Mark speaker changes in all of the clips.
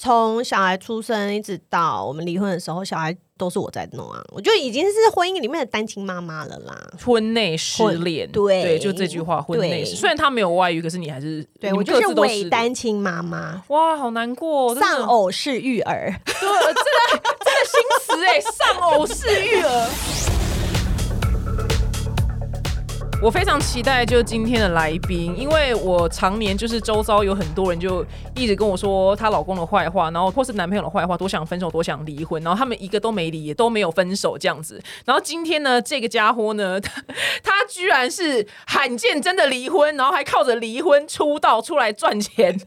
Speaker 1: 从小孩出生一直到我们离婚的时候，小孩都是我在弄啊，我就已经是婚姻里面的单亲妈妈了啦。
Speaker 2: 婚内失
Speaker 1: 婚
Speaker 2: 恋，
Speaker 1: 对
Speaker 2: 就这句话，婚内失。
Speaker 1: 对
Speaker 2: 虽然他没有外遇，可是你还是
Speaker 1: 对我
Speaker 2: 你们
Speaker 1: 就
Speaker 2: 各
Speaker 1: 是
Speaker 2: 自都失
Speaker 1: 伪
Speaker 2: 恋
Speaker 1: 单亲妈妈，
Speaker 2: 哇，好难过，哦真的
Speaker 1: 丧偶式育儿。
Speaker 2: 对，这个这个新词哎、丧偶式育儿。我非常期待就是今天的来宾，因为我常年就是周遭有很多人就一直跟我说她老公的坏话，然后或是男朋友的坏话，多想分手，多想离婚，然后他们一个都没离，也都没有分手这样子。然后今天呢，这个家伙呢， 他他居然是罕见真的离婚，然后还靠着离婚出道出来赚钱 的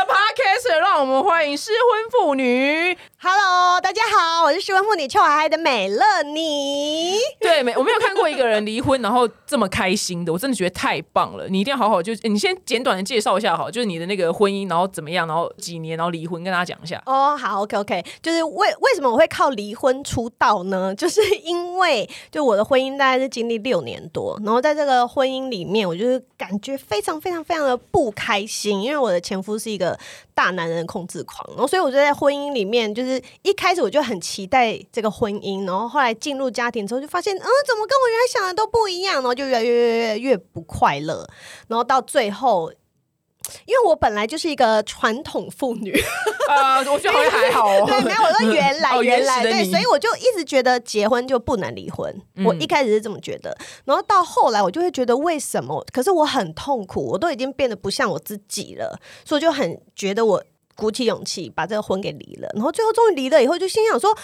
Speaker 2: podcaster，让我们欢迎失婚妇女
Speaker 1: Hello，大家好，我是失婚妇女邱海海的美乐妮。
Speaker 2: 对，没我没有看过一个人离婚然后这么开心的，我真的觉得太棒了。你一定要好好就，欸你先简短的介绍一下好，就是你的那个婚姻，然后怎么样，然后几年，然后离婚，跟大家讲一 下。
Speaker 1: 哦、好，OK OK，就是为为什么我会靠离婚出道呢？ 就是因为就我的婚姻大概是经历六年多，然后在这个婚姻里面，我就是感觉非常非常非常的不开心，因为我的前夫是一个大男人控制狂，然后所以我就在婚姻里面，就是一开始我就很期待这个婚姻，然后后来进入家庭之后就发现，嗯，怎么跟我原来想的都不一样，然后就越来越越越越越不快乐，然后到最后。因为我本来就是一个传统妇女，
Speaker 2: 呃，我觉得好像还好哦。
Speaker 1: 对，没有，我说原来、
Speaker 2: 哦
Speaker 1: 原来
Speaker 2: 原始的
Speaker 1: 对，
Speaker 2: 你
Speaker 1: 所以我就一直觉得结婚就不能离婚。
Speaker 2: 嗯
Speaker 1: 我一开始是这么觉得，然后到后来我就会觉得为什么？可是我很痛苦，我都已经变得不像我自己了，所以我就很觉得我鼓起勇气把这个婚给离了。然后最后终于离了以后，就心想说。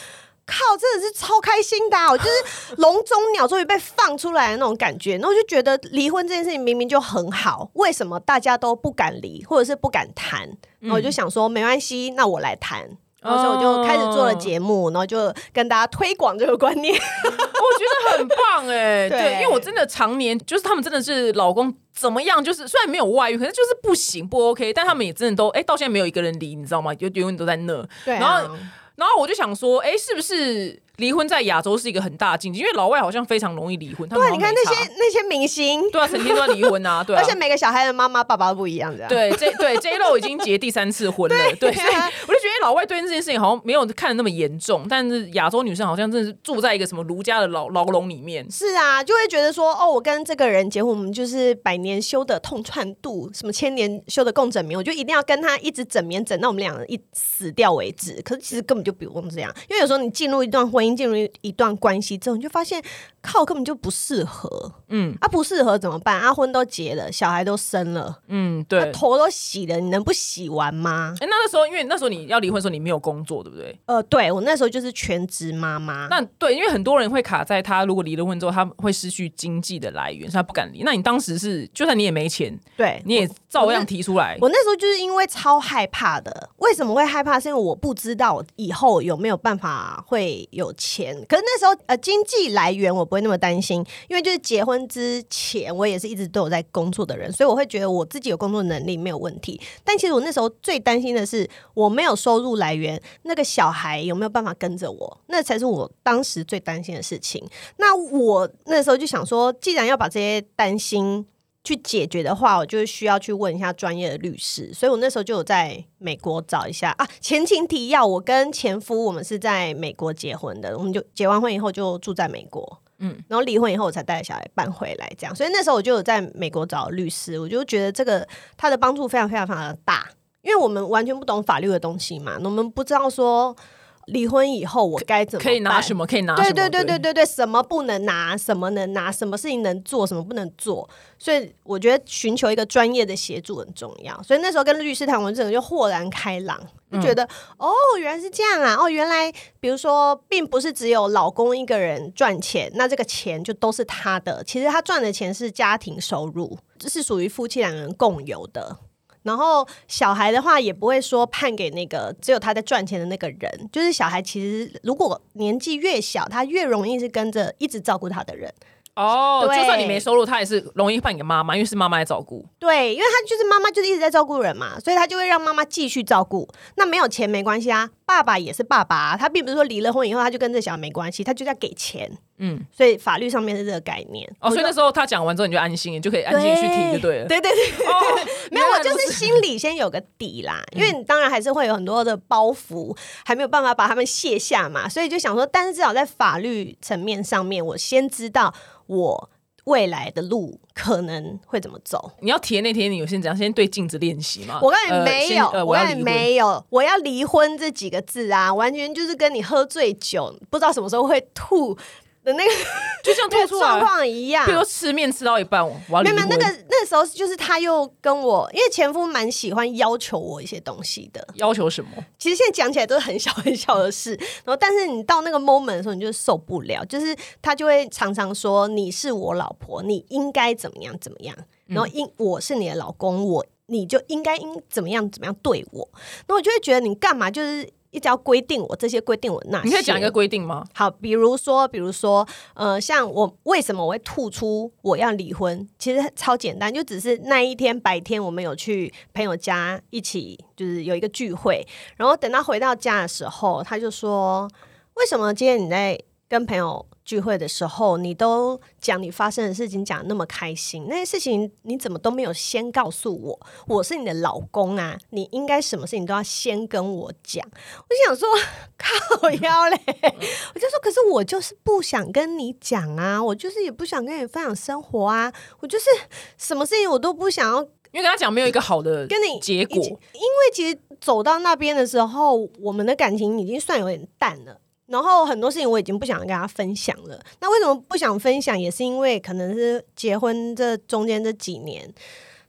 Speaker 1: 靠，真的是超开心的、啊！我就是 笼中鸟，终于被放出来的那种感觉。然后我就觉得离婚这件事情明明就很好，为什么大家都不敢离，或者是不敢谈？然
Speaker 2: 嗯
Speaker 1: 后我就想说，没关系，那我来谈。然后所以我
Speaker 2: 哦
Speaker 1: 就开始做了节目，然后就跟大家推广这个观念。
Speaker 2: 我觉得很棒哎、
Speaker 1: 对
Speaker 2: 对，因为我真的常年就是他们真的是老公怎么样，就是虽然没有外遇，可是就是不行不 OK，但他们也真的都哎、到现在没有一个人离，你知道吗？就永远都在那。
Speaker 1: 对
Speaker 2: 然后然后我就想说，哎、是不是离婚在亚洲是一个很大的禁忌？因为老外好像非常容易离婚，他
Speaker 1: 对啊，
Speaker 2: 们好
Speaker 1: 你
Speaker 2: 像
Speaker 1: 看
Speaker 2: 没
Speaker 1: 那
Speaker 2: 差
Speaker 1: 些那些明星，
Speaker 2: 对啊，成天都在离婚啊，对 啊
Speaker 1: 而。且每个小孩的妈妈爸爸都不一样，这啊样。
Speaker 2: 对，J 对 J Lo 已经结第三次 婚了，对，所以我就觉得老外对这件事情好像没有看的那么严重，但是亚洲女生好像真的是住在一个什么儒家的牢牢笼里面，
Speaker 1: 是啊，就会觉得说，哦，我跟这个人结婚，我们就是百年修的痛串度，什么千年修的共枕眠，我就一定要跟他一直枕眠枕到我们两人一死掉为止。可是其实根本就不用这样，因为有时候你进入一段婚姻、进入一段关系之后，你就发现靠根本就不适合
Speaker 2: 嗯
Speaker 1: 啊，不适合怎么办？啊，婚都结了，小孩都生了，
Speaker 2: 嗯，对。
Speaker 1: 啊、
Speaker 2: 哎，
Speaker 1: 头都洗了，你能不洗完吗？
Speaker 2: 那那时候因为那时候你要离婚的时候你没有工作，对不对？
Speaker 1: 呃，对我那时候就是全职妈妈。
Speaker 2: 那对，因为很多人会卡在他如果离了婚之后他会失去经济的来源，所以他不敢离。那你当时是就算你也没钱，
Speaker 1: 对，
Speaker 2: 你也照样提出来。
Speaker 1: 我那时候就是因为超害怕的，为什么会害怕？是因为我不知道以后有没有办法会有钱。可是那时候呃，经济来源我不会那么担心，因为就是结婚之前我也是一直都有在工作的人，所以我会觉得我自己有工作能力没有问题。但其实我那时候最担心的是我没有收入来源，那个小孩有没有办法跟着我，那才是我当时最担心的事情。那我那时候就想说，既然要把这些担心去解决的话，我就需要去问一下专业的律师。所以我那时候就有在美国找一下啊。前情提要，我跟前夫我们是在美国结婚的，我们就结完婚以后就住在美国。嗯
Speaker 2: 嗯，
Speaker 1: 然后离婚以后我才带小孩搬回来，这样，所以那时候我就有在美国找律师，我就觉得这个他的帮助非常非常非常的大，因为我们完全不懂法律的东西嘛，我们不知道说离婚以后我该怎么
Speaker 2: 可以拿
Speaker 1: 办
Speaker 2: 什么？可以拿什
Speaker 1: 对
Speaker 2: 么？
Speaker 1: 对对对对对，什么不能拿，什么能拿，什么事情能做，什么不能做。所以我觉得寻求一个专业的协助很重要。所以那时候跟律师谈，我整个就豁然开朗，
Speaker 2: 嗯
Speaker 1: 就觉得、哦，原来是这样啊！哦，原来比如说，并不是只有老公一个人赚钱，那这个钱就都是他的。其实他赚的钱是家庭收入，这是属于夫妻两人共有的。然后小孩的话也不会说判给那个只有他在赚钱的那个人，就是小孩其实如果年纪越小，他越容易是跟着一直照顾他的人。
Speaker 2: 哦，
Speaker 1: 对
Speaker 2: 就算你没收入，他也是容易判给妈妈，因为是妈妈来照顾。
Speaker 1: 对，因为他就是妈妈，就是一直在照顾人嘛，所以他就会让妈妈继续照顾。那没有钱没关系啊，爸爸也是爸爸啊、他并不是说离了婚以后他就跟这小孩没关系，他就是要给钱，
Speaker 2: 嗯，
Speaker 1: 所以法律上面是这个概念。
Speaker 2: 哦，所以那
Speaker 1: 是
Speaker 2: 时候他讲完之后，你就安心，你就可以安心地去提就对了。
Speaker 1: 对对对，
Speaker 2: 哦，
Speaker 1: 没有，
Speaker 2: 原
Speaker 1: 我
Speaker 2: 来
Speaker 1: 就
Speaker 2: 如
Speaker 1: 是
Speaker 2: 此嗯
Speaker 1: 心里先有个底啦，因为你当然还是会有很多的包袱，还没有办法把他们卸下嘛，所以就想说，但是至少在法律层面上面，我先知道我未来的路可能会怎么走。
Speaker 2: 你要提的那天，你有先怎样？先对镜子练习嘛？
Speaker 1: 我告诉你
Speaker 2: 呃
Speaker 1: 没
Speaker 2: 先
Speaker 1: 有，
Speaker 2: 呃
Speaker 1: 我
Speaker 2: 我要
Speaker 1: 告诉
Speaker 2: 离
Speaker 1: 你
Speaker 2: 婚。
Speaker 1: 没有，我要离婚这几个字啊，完全就是跟你喝醉酒不知道什么时候会吐的那个
Speaker 2: 就这样
Speaker 1: 那
Speaker 2: 吐
Speaker 1: 个
Speaker 2: 出
Speaker 1: 状
Speaker 2: 来。
Speaker 1: 况一样
Speaker 2: 比。如说吃面吃到一半，我我要
Speaker 1: 没
Speaker 2: 离
Speaker 1: 有没有，
Speaker 2: 婚。
Speaker 1: 那个那时候就是他又跟我，因为前夫蛮喜欢要求我一些东西的，
Speaker 2: 要求什么？
Speaker 1: 其实现在讲起来都是很小很小的事，然后但是你到那个 moment 的时候，你就受不了，就是他就会常常说你是我老婆，你应该怎么样怎么样，
Speaker 2: 嗯
Speaker 1: 然后应我是你的老公，我你就应该应怎么样怎么样对我，那我就会觉得你干嘛就是一直要规定我这些规定我那些，
Speaker 2: 你可以讲一个规定吗？
Speaker 1: 好，比如说，比如说，呃，像我为什么我会吐出我要离婚？其实超简单，就只是那一天白天我们有去朋友家一起，就是有一个聚会，然后等到回到家的时候，他就说：“为什么今天你在跟朋友聚会的时候，你都讲你发生的事情讲得那么开心？那些事情你怎么都没有先告诉我？我是你的老公啊，你应该什么事情都要先跟我讲。”我就想说， 靠腰嘞。我就说，可是我就是不想跟你讲啊，我就是也不想跟你分享生活啊，我就是什么事情我都不想要
Speaker 2: 因为跟他讲没有一个好的
Speaker 1: 跟你
Speaker 2: 结
Speaker 1: 一起因
Speaker 2: 果，
Speaker 1: 为其实走到那边的时候，我们的感情已经算有点淡了。然后很多事情我已经不想跟他分享了。那为什么不想分享？也是因为可能是结婚这中间这几年，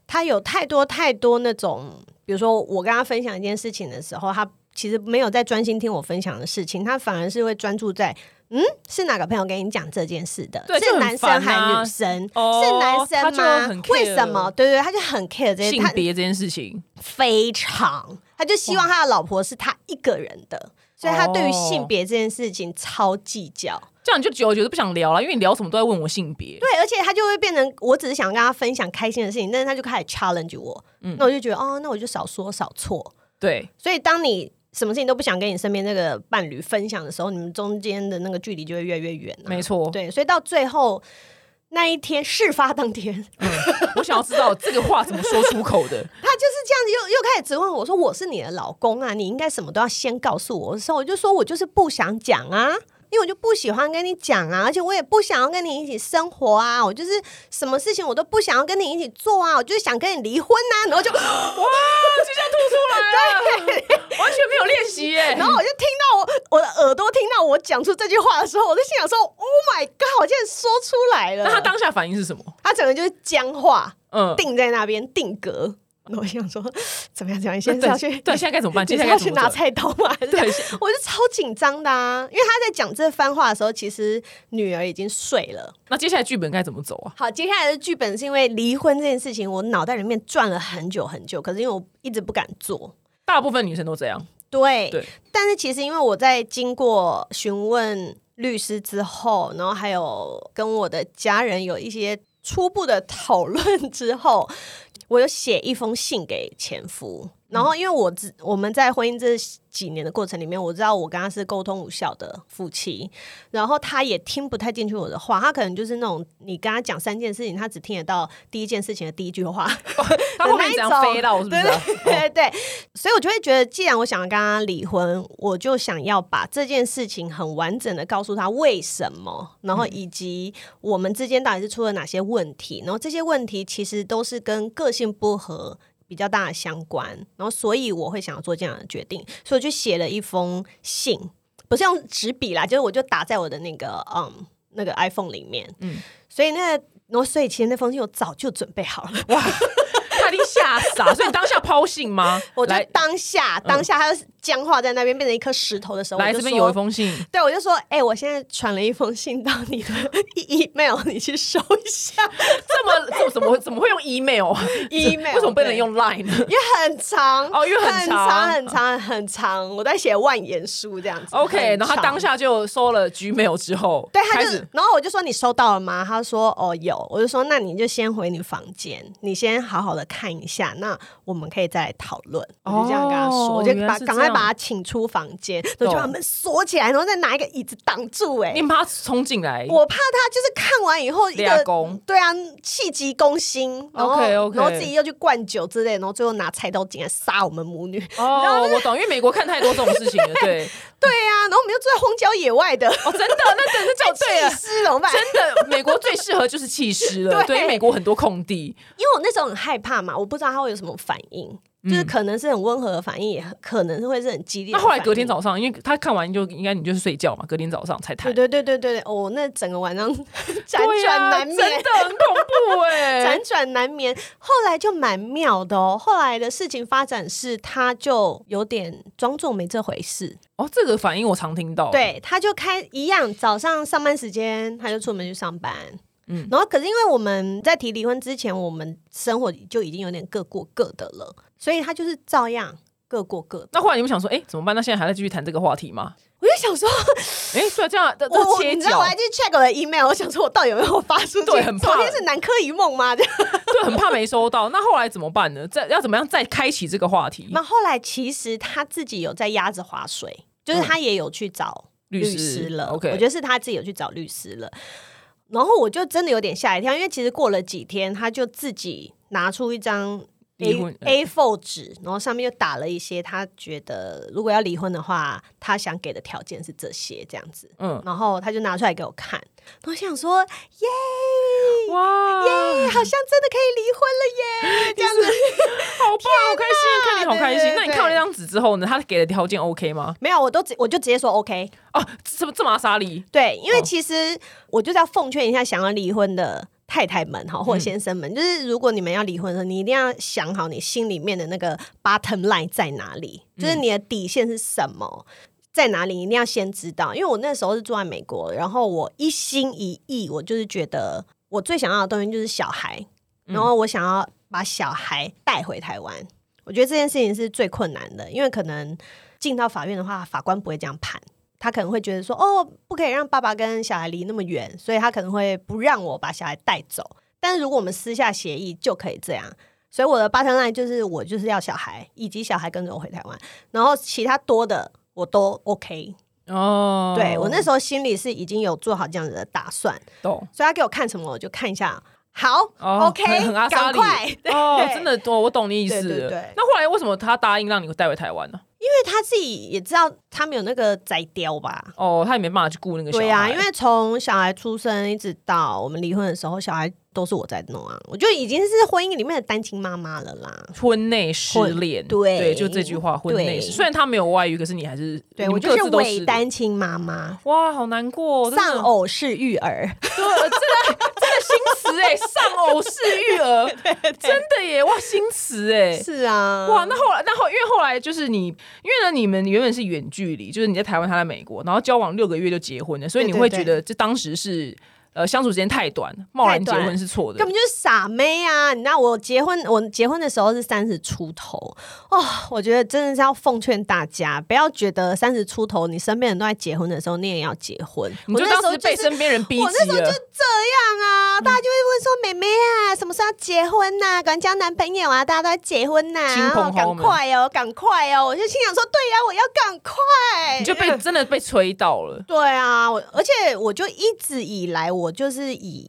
Speaker 1: 他有太多太多那种，比如说我跟他分享一件事情的时候，他其实没有在专心听我分享的事情，他反而是会专注在嗯是哪个朋友跟你讲这件事的，
Speaker 2: 对就是很
Speaker 1: 男生
Speaker 2: 烦
Speaker 1: 还
Speaker 2: 啊
Speaker 1: 女生？
Speaker 2: 哦
Speaker 1: 是男
Speaker 2: 他
Speaker 1: 生
Speaker 2: 就
Speaker 1: 吗
Speaker 2: 很？
Speaker 1: 为
Speaker 2: care
Speaker 1: 什么？对对，他就很 care 这些，
Speaker 2: 性
Speaker 1: 他
Speaker 2: 别这件事情，
Speaker 1: 非常，他就希望他的老婆是他一个人的，所以他对于性别这件事情超计较。
Speaker 2: 这样你就久而久之不想聊了，因为你聊什么都在问我性别。
Speaker 1: 对，而且他就会变成，我只是想跟他分享开心的事情，但是他就开始 challenge 我，
Speaker 2: 嗯
Speaker 1: 那我就觉得哦，那我就少说少错。
Speaker 2: 对，
Speaker 1: 所以当你什么事情都不想跟你身边那个伴侣分享的时候，你们中间的那个距离就会越来越远、啊。
Speaker 2: 没错。
Speaker 1: 对，所以到最后那一天事发当天，
Speaker 2: 我想要知道这个话怎么说出口 的。
Speaker 1: 他就是这样子又，又开始质问我说：“我是你的老公啊，你应该什么都要先告诉我。”的时候，我就说我就是不想讲啊，因为我就不喜欢跟你讲啊，而且我也不想要跟你一起生活啊，我就是什么事情我都不想要跟你一起做啊，我就是想跟你离婚呐、然后就，
Speaker 2: 哇，就这样吐出来了，完全没有练习 耶。
Speaker 1: 然后我就听到我我的耳朵听到我讲出这句话的时候，我就心想说：“Oh my god！” 我竟然说出来了。
Speaker 2: 那他当下反应是什么？
Speaker 1: 他整个就是僵化，
Speaker 2: 嗯，
Speaker 1: 定在那边定格。然后我心想说：“怎么样？怎么样？你现在
Speaker 2: 对
Speaker 1: 要去
Speaker 2: 对，现在该 怎么办？接
Speaker 1: 你
Speaker 2: 下
Speaker 1: 是
Speaker 2: 来该
Speaker 1: 要
Speaker 2: 怎
Speaker 1: 去
Speaker 2: 么
Speaker 1: 拿
Speaker 2: 办？
Speaker 1: 菜刀吗？还是
Speaker 2: 对，
Speaker 1: 我就超紧张的啊，因为他在讲这番话的时候，其实女儿已经睡了。
Speaker 2: 那接下来剧本该怎么走啊？
Speaker 1: 好，接下来的剧本是因为离婚这件事情，我脑袋里面转了很久很久，可是因为我一直不敢做。
Speaker 2: 大部分女生都这样，
Speaker 1: 对，
Speaker 2: 对
Speaker 1: 但是其实因为我在经过询问律师之后，然后还有跟我的家人有一些初步的讨论之后，我有写一封信给前夫。然后，因为我知我们在婚姻这几年的过程里面，我知道我跟他是沟通无效的夫妻，然后他也听不太进去我的话，他可能就是那种你跟他讲三件事情，他只听得到第一件事情的第一句话，
Speaker 2: 她后面怎样飞到是不是啊？
Speaker 1: 对对，所以我就会觉得，既然我想要跟他离婚，我就想要把这件事情很完整的告诉他为什么，然
Speaker 2: 嗯
Speaker 1: 后以及我们之间到底是出了哪些问题，然后这些问题其实都是跟个性不合。比较大的相关，然后所以我会想要做这样的决定，所以我就写了一封信，不是用纸笔啦，就是我就打在我的那个嗯那个 iPhone 里面，嗯
Speaker 2: 嗯，
Speaker 1: 所以那个然后所以其实那封信我早就准备好了，
Speaker 2: 他一定吓傻，所以你当下抛信吗？
Speaker 1: 我就
Speaker 2: 来嗯
Speaker 1: 当下当下它僵化在那边，变成一颗石头的时候，
Speaker 2: 来
Speaker 1: 我就
Speaker 2: 这边
Speaker 1: 说
Speaker 2: 有一。封信，
Speaker 1: 对，我就说，哎、我现在传了一封信到你的 email，你去收一 下，
Speaker 2: 这么这怎么怎么会用 email 啊
Speaker 1: email，
Speaker 2: 为什么不能用 line 呢
Speaker 1: 因为很长
Speaker 2: 哦因为
Speaker 1: 很
Speaker 2: 很长
Speaker 1: 长、很长、很长，我在写万言书这样子。
Speaker 2: ？OK，
Speaker 1: 很
Speaker 2: 然后他
Speaker 1: 长
Speaker 2: 当。下就收了 Gmail 之后，
Speaker 1: 对，他
Speaker 2: 开
Speaker 1: 就
Speaker 2: 始，
Speaker 1: 然后我就说你收到了吗？他说哦有，我就说那你就先回你房间，你先好好的看一下，那我们可以再来讨论。我
Speaker 2: 哦
Speaker 1: 就这样跟他说，我就
Speaker 2: 原来
Speaker 1: 把
Speaker 2: 是这
Speaker 1: 赶
Speaker 2: 样
Speaker 1: 快把他请出房间，我就把门锁起来，然后再拿一个椅子挡住、欸。
Speaker 2: 你怕他冲进来？
Speaker 1: 我怕他就是看完以后一
Speaker 2: 俩
Speaker 1: 个
Speaker 2: 公哦
Speaker 1: 对啊，气急攻心，然后
Speaker 2: OK，OK
Speaker 1: 然后自己又去灌酒之类，然后最后拿菜刀进来杀我们母女。
Speaker 2: 哦，我懂，因为美国看太多这种事情了，对，
Speaker 1: 对啊，然后我们又住在荒郊野外的，
Speaker 2: 哦，真的，那真的叫 对了
Speaker 1: 气。死怎么办？
Speaker 2: 真的，美国最适合就是弃尸了。
Speaker 1: 对
Speaker 2: 对，因为美国很多空地，
Speaker 1: 因为我那时候很害怕嘛，我不知道他会有什么反应，就是可能是很温和的反应，也可能是会是很激烈的
Speaker 2: 嗯那
Speaker 1: 反应。
Speaker 2: 后来隔天早上，因为他看完就应该你就是睡觉嘛，隔天早上才谈
Speaker 1: 对。对对对对，我、哦、那整个晚上 辗
Speaker 2: 对
Speaker 1: 转
Speaker 2: 啊
Speaker 1: 难眠，
Speaker 2: 真的很恐怖 哎。
Speaker 1: 辗转难眠。后来就蛮妙的哦，后来的事情发展是，他就有点装作没这回事，
Speaker 2: 哦，这个反应我常听到。，
Speaker 1: 对，他就开一样，早上上班时间他就出门去上班。嗯
Speaker 2: 嗯，
Speaker 1: 然后可是因为我们在提离婚之前，我们生活就已经有点各过各的了，所以他就是照样各过各的。
Speaker 2: 那后来你们想说，哎，怎么办？那现在还在继续谈这个话题吗？
Speaker 1: 我就想说，
Speaker 2: 哎，对啊，这样这
Speaker 1: 我
Speaker 2: 这
Speaker 1: 我
Speaker 2: 切
Speaker 1: 你知道
Speaker 2: 角
Speaker 1: 我，还去 check 我的 email，我想说我到底有没有发出去？
Speaker 2: 对很怕
Speaker 1: 昨天是南柯一梦吗？这样。
Speaker 2: 对，很怕没收到。那后来怎么办呢？再要怎么样再开启这个话题？
Speaker 1: 那后来其实他自己有在压着划水，就是他也有去找
Speaker 2: 嗯律
Speaker 1: 律
Speaker 2: 师
Speaker 1: 师了。
Speaker 2: OK
Speaker 1: 我觉得是他自己有去找律师了。然后我就真的有点吓一跳，因为其实过了几天，他就自己拿出一张
Speaker 2: 离婚嗯
Speaker 1: A A4 纸，然后上面就打了一些他觉得如果要离婚的话，他想给的条件是这些这样子。
Speaker 2: 嗯，
Speaker 1: 然后他就拿出来给我看，然后我想说耶，
Speaker 2: 哇，
Speaker 1: 耶，好像真的可以离婚了耶，这样子。
Speaker 2: 好棒，好开心，看你好开
Speaker 1: 对
Speaker 2: 心
Speaker 1: 对。
Speaker 2: 那你
Speaker 1: 对
Speaker 2: 看完那张纸之后呢？他给的条件 OK 吗？
Speaker 1: 没有，我都直我就直接说 OK。
Speaker 2: 哦，这么这么阿莎莉，
Speaker 1: 对，因为
Speaker 2: 哦
Speaker 1: 其实我就是要奉劝一下想要离婚的太太们哈，或者先生们，就是如果你们要离婚的时候，你一定要想好你心里面的那个 bottom line 在哪里，就是你的底线是什么。在哪里？你一定要先知道，因为我那时候是住在美国，然后我一心一意，我就是觉得我最想要的东西就是小孩，然后我想要把小孩带回台湾。我觉得这件事情是最困难的，因为可能进到法院的话，法官不会这样判。他可能会觉得说，哦，不可以让爸爸跟小孩离那么远，所以他可能会不让我把小孩带走。但是如果我们私下协议就可以这样，所以我的 bottom line 就是我就是要小孩，以及小孩跟着我回台湾，然后其他多的我都 OK
Speaker 2: 哦，
Speaker 1: 对。我那时候心里是已经有做好这样子的打算，
Speaker 2: 懂
Speaker 1: 所以他给我看什么我就看一下，好、
Speaker 2: 哦
Speaker 1: o
Speaker 2: 很
Speaker 1: k
Speaker 2: 很阿莎
Speaker 1: 赶
Speaker 2: 莉
Speaker 1: 快，对
Speaker 2: 哦，真的多，我懂你意思。
Speaker 1: 对对对
Speaker 2: 那后来为什么他答应让你带回台湾呢？
Speaker 1: 因为他自己也知道他们有那个摘雕吧。
Speaker 2: 哦，他也没办法去顾那个小孩。
Speaker 1: 对啊，因为从小孩出生一直到我们离婚的时候，小孩都是我在弄啊，我就已经是婚姻里面的单亲妈妈了啦。
Speaker 2: 婚内失恋，
Speaker 1: 婚对
Speaker 2: 就这句话，婚内
Speaker 1: 对
Speaker 2: 失。虽然他没有外遇，可是你还是
Speaker 1: 对
Speaker 2: 你
Speaker 1: 我
Speaker 2: 们
Speaker 1: 就
Speaker 2: 各
Speaker 1: 是
Speaker 2: 自都
Speaker 1: 伪
Speaker 2: 失
Speaker 1: 单亲妈妈，
Speaker 2: 哇，好难过，真的
Speaker 1: 丧偶式育儿。
Speaker 2: 对，真的真的新词哎，丧偶式育 儿，真的耶，哇，新词哎。
Speaker 1: 是啊，
Speaker 2: 哇，那后来，那后因为后来就是你，因为呢，你们原本是远距离，就是你在台湾，他在美国，然后交往六个月就结婚了，所以
Speaker 1: 对
Speaker 2: 你
Speaker 1: 对
Speaker 2: 会
Speaker 1: 对
Speaker 2: 觉得这当时是呃相处时间太短，贸然
Speaker 1: 太
Speaker 2: 结
Speaker 1: 短
Speaker 2: 婚是错的
Speaker 1: 根。本就是傻妹啊！你知道我结婚，我结婚的时候是三十出头哦。我觉得真的是要奉劝大家，不要觉得三十出头，你身边人都在结婚的时候，你也要结婚。
Speaker 2: 你
Speaker 1: 我
Speaker 2: 就
Speaker 1: 那时候
Speaker 2: 当时被
Speaker 1: 就是
Speaker 2: 身边人逼
Speaker 1: 我那
Speaker 2: 急
Speaker 1: 时候
Speaker 2: 了
Speaker 1: 就，这样
Speaker 2: 嗯
Speaker 1: 啊，大家就会问说：“妹妹啊，什么时候要结婚呐、赶快交男朋友啊！大家都在结婚呐、
Speaker 2: 亲朋
Speaker 1: 哦赶
Speaker 2: 好友
Speaker 1: 快哦，赶快哦！”我就心想说：“对呀、我要赶快。”，
Speaker 2: 你就被真的被催到了
Speaker 1: 对啊，我而且我就一直以来，我就是以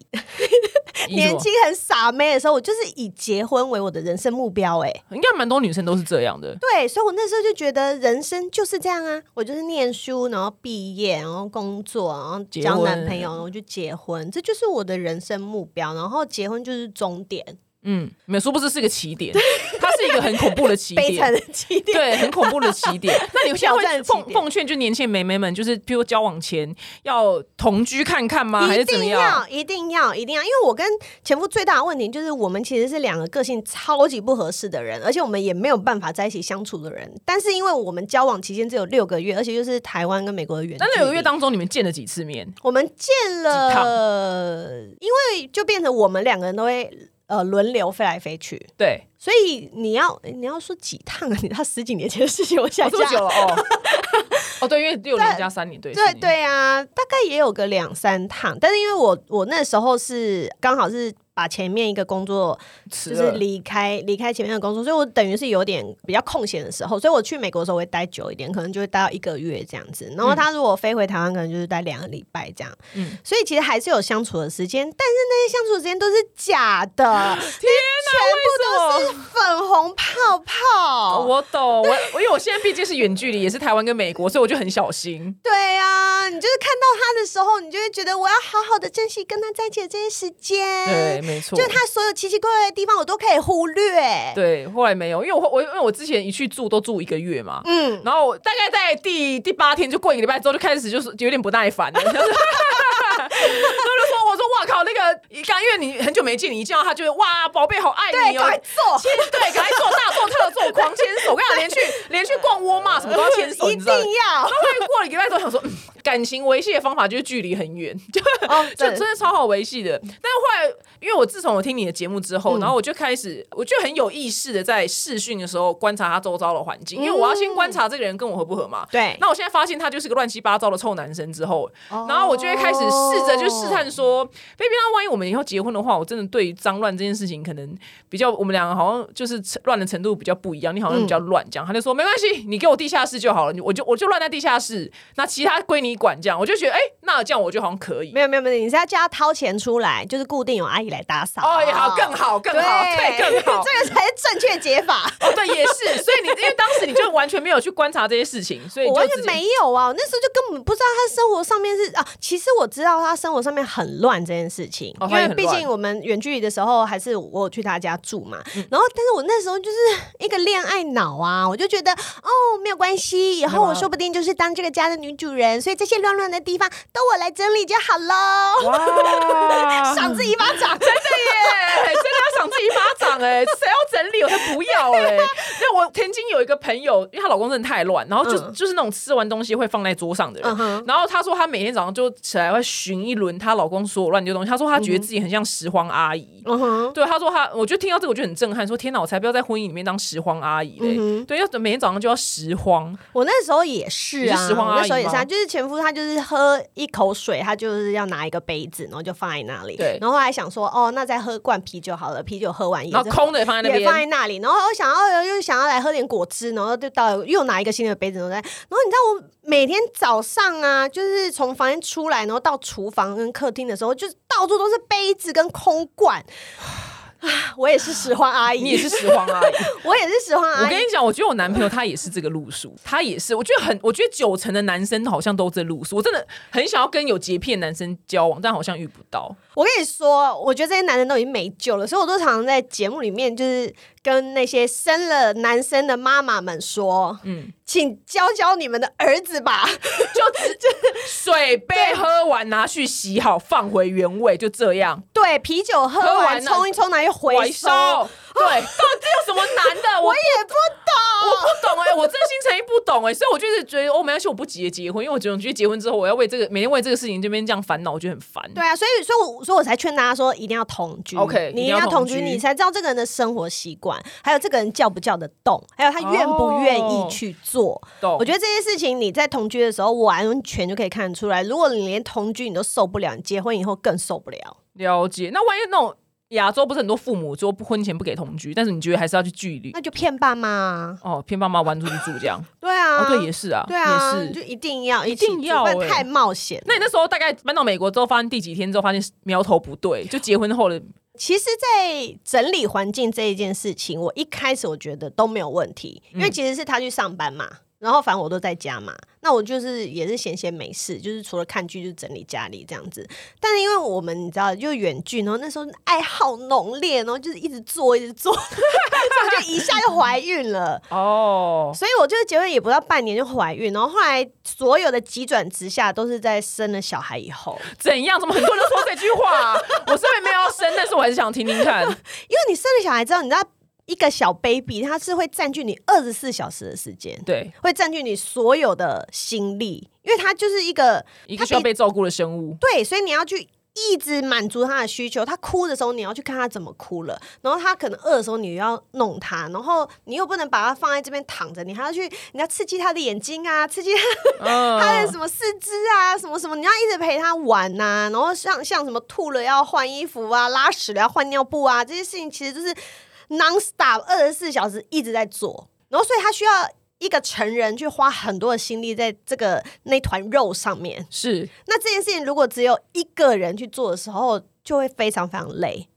Speaker 2: 你
Speaker 1: 年
Speaker 2: 说
Speaker 1: 轻很傻妹的时候，我就是以结婚为我的人生目标、欸。哎，
Speaker 2: 应该蛮多女生都是这样的。
Speaker 1: 对，所以我那时候就觉得人生就是这样啊，我就是念书，然后毕业，然后工作，然后
Speaker 2: 结
Speaker 1: 交男
Speaker 2: 婚
Speaker 1: 朋友，然后就结婚，这就是我的人生目标。然后结婚就是终点。
Speaker 2: 嗯，没有，殊不知是个起点，它是一个很恐怖的起
Speaker 1: 悲惨
Speaker 2: 点。
Speaker 1: 的起点。
Speaker 2: 对，很恐怖的 起点。那你现在
Speaker 1: 挑战的
Speaker 2: 会
Speaker 1: 起
Speaker 2: 奉
Speaker 1: 点
Speaker 2: 奉劝就年轻的妹妹们，就是譬如交往前要同居看看吗？啊还
Speaker 1: 一
Speaker 2: 是怎么
Speaker 1: 定
Speaker 2: 样？
Speaker 1: 要，一定要，一定要！因为我跟前夫最大的问题就是，我们其实是两个个性超级不合适的人，而且我们也没有办法在一起相处的人。但是因为我们交往期间只有六个月，而且又是台湾跟美国的远距
Speaker 2: 那
Speaker 1: 离，
Speaker 2: 六个月当中，你们见了几次面？
Speaker 1: 我们见
Speaker 2: 几
Speaker 1: 了，因为就变成我们两个人都会呃轮流飞来飞去。
Speaker 2: 对，
Speaker 1: 所以你要你要说几趟啊？ 你他十几年前的事情，我想一
Speaker 2: 哦，
Speaker 1: 下
Speaker 2: 这么久 了哦。哦，对，因为六年加三年，对，
Speaker 1: 对
Speaker 2: 四年，
Speaker 1: 对啊，大概也有个两三趟，但是因为我我那时候是刚好是把前面一个工作
Speaker 2: 辞
Speaker 1: 就是
Speaker 2: 了
Speaker 1: 离开离开前面的工作，所以我等于是有点比较空闲的时候，所以我去美国的时候会待久一点，可能就会待到一个月这样子。然后他如果飞回台湾，可能就是待两个礼拜这样。
Speaker 2: 嗯
Speaker 1: 所以其实还是有相处的时间，但是那些相处时间都是假 的，全部都是粉红泡泡。
Speaker 2: 哦我懂，我我因为我现在毕竟是远距离，也是台湾跟美国，所以我就很小心。
Speaker 1: 对啊，你就是看到他的时候，你就会觉得我要好好的珍惜跟他在一起的这些时间。
Speaker 2: 对，，没
Speaker 1: 嗯
Speaker 2: 错。
Speaker 1: 就是他所有奇奇怪怪的地方，我都可以忽略。
Speaker 2: 对，后来没有，因为我我因为我之前一去住都住一个月嘛，
Speaker 1: 嗯，
Speaker 2: 然后我大概在第第八天，就过一个礼拜之后，就开始就是有点不耐烦了。 然后就说：“我说哇靠，那个一刚因为你很久没见，你一见到他就会哇，宝贝好爱
Speaker 1: 对，
Speaker 2: 你哦
Speaker 1: 赶。快” 做。
Speaker 2: 牵对，赶快做大做特做，狂牵手！我跟你讲，连去连去逛沃尔玛什么都要牵手，
Speaker 1: 一
Speaker 2: 你知道吗？
Speaker 1: 定要
Speaker 2: 然后后来过了一个礼拜之后，想说、嗯、感情维系的方法就是距离很远，就
Speaker 1: 哦，
Speaker 2: 就
Speaker 1: 对
Speaker 2: 真的超好维系的。但是后来，因为我自从我听你的节目之
Speaker 1: 嗯
Speaker 2: 后，然后我就开始，我就很有意识的在试训的时候观察他周遭的环境，因为我要先观察这个人跟我合不合嘛。
Speaker 1: 嗯对
Speaker 2: 那我现在发现他就是个乱七八糟的臭男生之后，
Speaker 1: 哦
Speaker 2: 然后我就会开始试着就试探说，baby，那万一我们以后结婚的话，我真的对于脏乱这件事情可能比较，我们两个好像就是乱的程度比较不一样，你好像比较
Speaker 1: 嗯
Speaker 2: 乱这样。他就说没关系，你给我地下室就好了，你我就我就乱在地下室，那其他归你管这样。我就觉得哎、那这样我就好像可以。
Speaker 1: 没有没有没有，你是要叫他掏钱出来，就是固定有阿姨来打扫。。
Speaker 2: 哦，也好，更好，更好，对，更好
Speaker 1: 这个才是正确解法。
Speaker 2: 哦，对，也是。所以你因为当时你就完全没有去观察这些事情，所以 你
Speaker 1: 我
Speaker 2: 就
Speaker 1: 完
Speaker 2: 自
Speaker 1: 全
Speaker 2: 己
Speaker 1: 没有啊！我那时候就根本不知道他生活上面是啊，其实我知道他生活上面很乱这件事情，
Speaker 2: 哦
Speaker 1: 因
Speaker 2: 他也
Speaker 1: 为
Speaker 2: 很
Speaker 1: 毕
Speaker 2: 乱嗯
Speaker 1: 竟我们远距离的时候还是我有去他家住嘛。然后，但是我那时候就是一个恋爱脑啊，我就觉得哦，没有关系，以后
Speaker 2: 没有啊
Speaker 1: 我说不定就是当这个家的女主人，所以这些乱乱的地方都我来整理就好 喽，
Speaker 2: 哇，
Speaker 1: 赏自己一巴掌。真的
Speaker 2: 耶，真的要赏自己一巴掌哎、谁要整理我才不要 哎、那我天津有一个朋友，因为她老公真的太乱，然后就、
Speaker 1: 嗯
Speaker 2: 就是那种吃完东西会放在桌上的人。
Speaker 1: 嗯哼
Speaker 2: 然后她说，她每天早上就起来会巡一轮她老公所有乱丢的东西。她说，她觉得自己很像拾荒阿姨。
Speaker 1: 嗯哼，
Speaker 2: 对，她说她，我觉得听到这个我就很震撼，说天哪，我才不要在婚姻里面当拾荒阿姨嘞！
Speaker 1: 嗯
Speaker 2: 对，要每天早上就要拾荒，
Speaker 1: 我那时候也是
Speaker 2: 你
Speaker 1: 啊，
Speaker 2: 是拾荒
Speaker 1: 我
Speaker 2: 阿
Speaker 1: 那
Speaker 2: 姨
Speaker 1: 时候也是
Speaker 2: 吗
Speaker 1: 啊，就是前夫他就是喝一口水，他就是要拿一个杯子，然后就放在那里。
Speaker 2: 对
Speaker 1: 然后还想说，哦，那再喝罐啤酒好了，啤酒喝完也
Speaker 2: 然后
Speaker 1: 是
Speaker 2: 空的也放在那
Speaker 1: 也放在
Speaker 2: 边。
Speaker 1: 那里，然后我想要又想要来喝点果汁，然后就到又拿一个新的杯子，然后再，然后你知道我每天早上啊，就是从房间出来，然后到厨房跟客厅的时候，就是到处都是杯子跟空罐。 啊，我也是拾荒阿
Speaker 2: 你也
Speaker 1: 姨，
Speaker 2: 是拾 荒阿姨，
Speaker 1: 我也是拾荒
Speaker 2: 我
Speaker 1: 阿姨
Speaker 2: 跟你，讲，我觉得我男朋友他也是这个路数，他也是，我觉得很，我觉得九成的男生好像都这路数。我真的很想要跟有洁癖的男生交往，但好像遇不到。
Speaker 1: 我跟你说，我觉得这些男人都已经没救了，所以我都常常在节目里面就是跟那些生了男生的妈妈们说，
Speaker 2: 嗯
Speaker 1: 嗯，请教教你们的儿子吧，
Speaker 2: 就只水杯喝完拿去洗好，放回原位，就这样。
Speaker 1: 对，啤酒喝
Speaker 2: 喝
Speaker 1: 完
Speaker 2: 完了
Speaker 1: 冲一冲，拿去回收，
Speaker 2: 对， 到底有什么难的？我
Speaker 1: 我也不懂。
Speaker 2: 我不懂哎、我真心诚意不懂哎、所以我就是觉得哦，没关系，我不急着结婚，因为我觉得我觉得结婚之后，我要为这个每天为这个事情这边这样烦恼，我觉得很烦。
Speaker 1: 对啊，所以所以我所以我才劝大家说，一定要同居。
Speaker 2: OK，
Speaker 1: 你
Speaker 2: 一定要
Speaker 1: 要
Speaker 2: 同
Speaker 1: 同
Speaker 2: 居
Speaker 1: 居，你才知道这个人的生活习惯，还有这个人叫不叫得动，还有他愿不愿
Speaker 2: 哦
Speaker 1: 意去做。
Speaker 2: 懂，
Speaker 1: 我觉得这些事情你在同居的时候完全就可以看得出来。如果你连同居你都受不了，你结婚以后更受不了。
Speaker 2: 了解。那万一那种亚洲不是很多父母说不婚前不给同居，但是你觉得还是要去距离
Speaker 1: 那就骗爸妈啊！
Speaker 2: 哦，骗爸妈玩出去住这样。
Speaker 1: 对啊，
Speaker 2: 哦，对，也是啊，
Speaker 1: 对啊，
Speaker 2: 也。
Speaker 1: 就是一定要一
Speaker 2: 定
Speaker 1: 起住
Speaker 2: 要
Speaker 1: 不然
Speaker 2: 欸
Speaker 1: 太冒险。
Speaker 2: 那你那时候大概搬到美国之后，发现第几天之后发现苗头不对，就结婚后的
Speaker 1: 其实，在整理环境这一件事情，我一开始我觉得都没有问题，因
Speaker 2: 嗯
Speaker 1: 为其实是他去上班嘛，然后反正我都在家嘛，那我就是也是闲闲没事，就是除了看剧就是整理家里这样子。但是因为我们你知道，就远距，然后那时候爱好浓烈，然后就是一直做一直做， 所以我就一下就怀孕了。
Speaker 2: 哦，
Speaker 1: 所以我就是结婚也不到半年就怀孕，然后后来所有的急转直下都是在生了小孩以后，
Speaker 2: 怎样？怎么很多人都说这句话、 啊？我身边没有要生，但是我还是想听听看。
Speaker 1: 因为你生了小孩之后，你知道一个小 baby 他是会占据你二十四小时的时间，
Speaker 2: 对，
Speaker 1: 会占据你所有的心力，因为他就是一个
Speaker 2: 一个需要被照顾的生物，
Speaker 1: 对，所以你要去。一直满足他的需求。他哭的时候，你要去看他怎么哭了；然后他可能饿的时候，你又要弄他；然后你又不能把他放在这边躺着，你还要去，你要刺激他的 眼睛啊，刺激他
Speaker 2: 嗯
Speaker 1: 他的什么四肢啊，什么什么，你要一直陪他玩啊呐、然后像像什么吐了要换衣服啊，拉屎了要换尿布啊，这些事情其实就是 non stop 二十四小时一直在做，然后所以他需要一个成人去花很多的心力在这个那团肉上面。
Speaker 2: 是
Speaker 1: 那这件事情如果只有一个人去做的时候，就会非常非常累。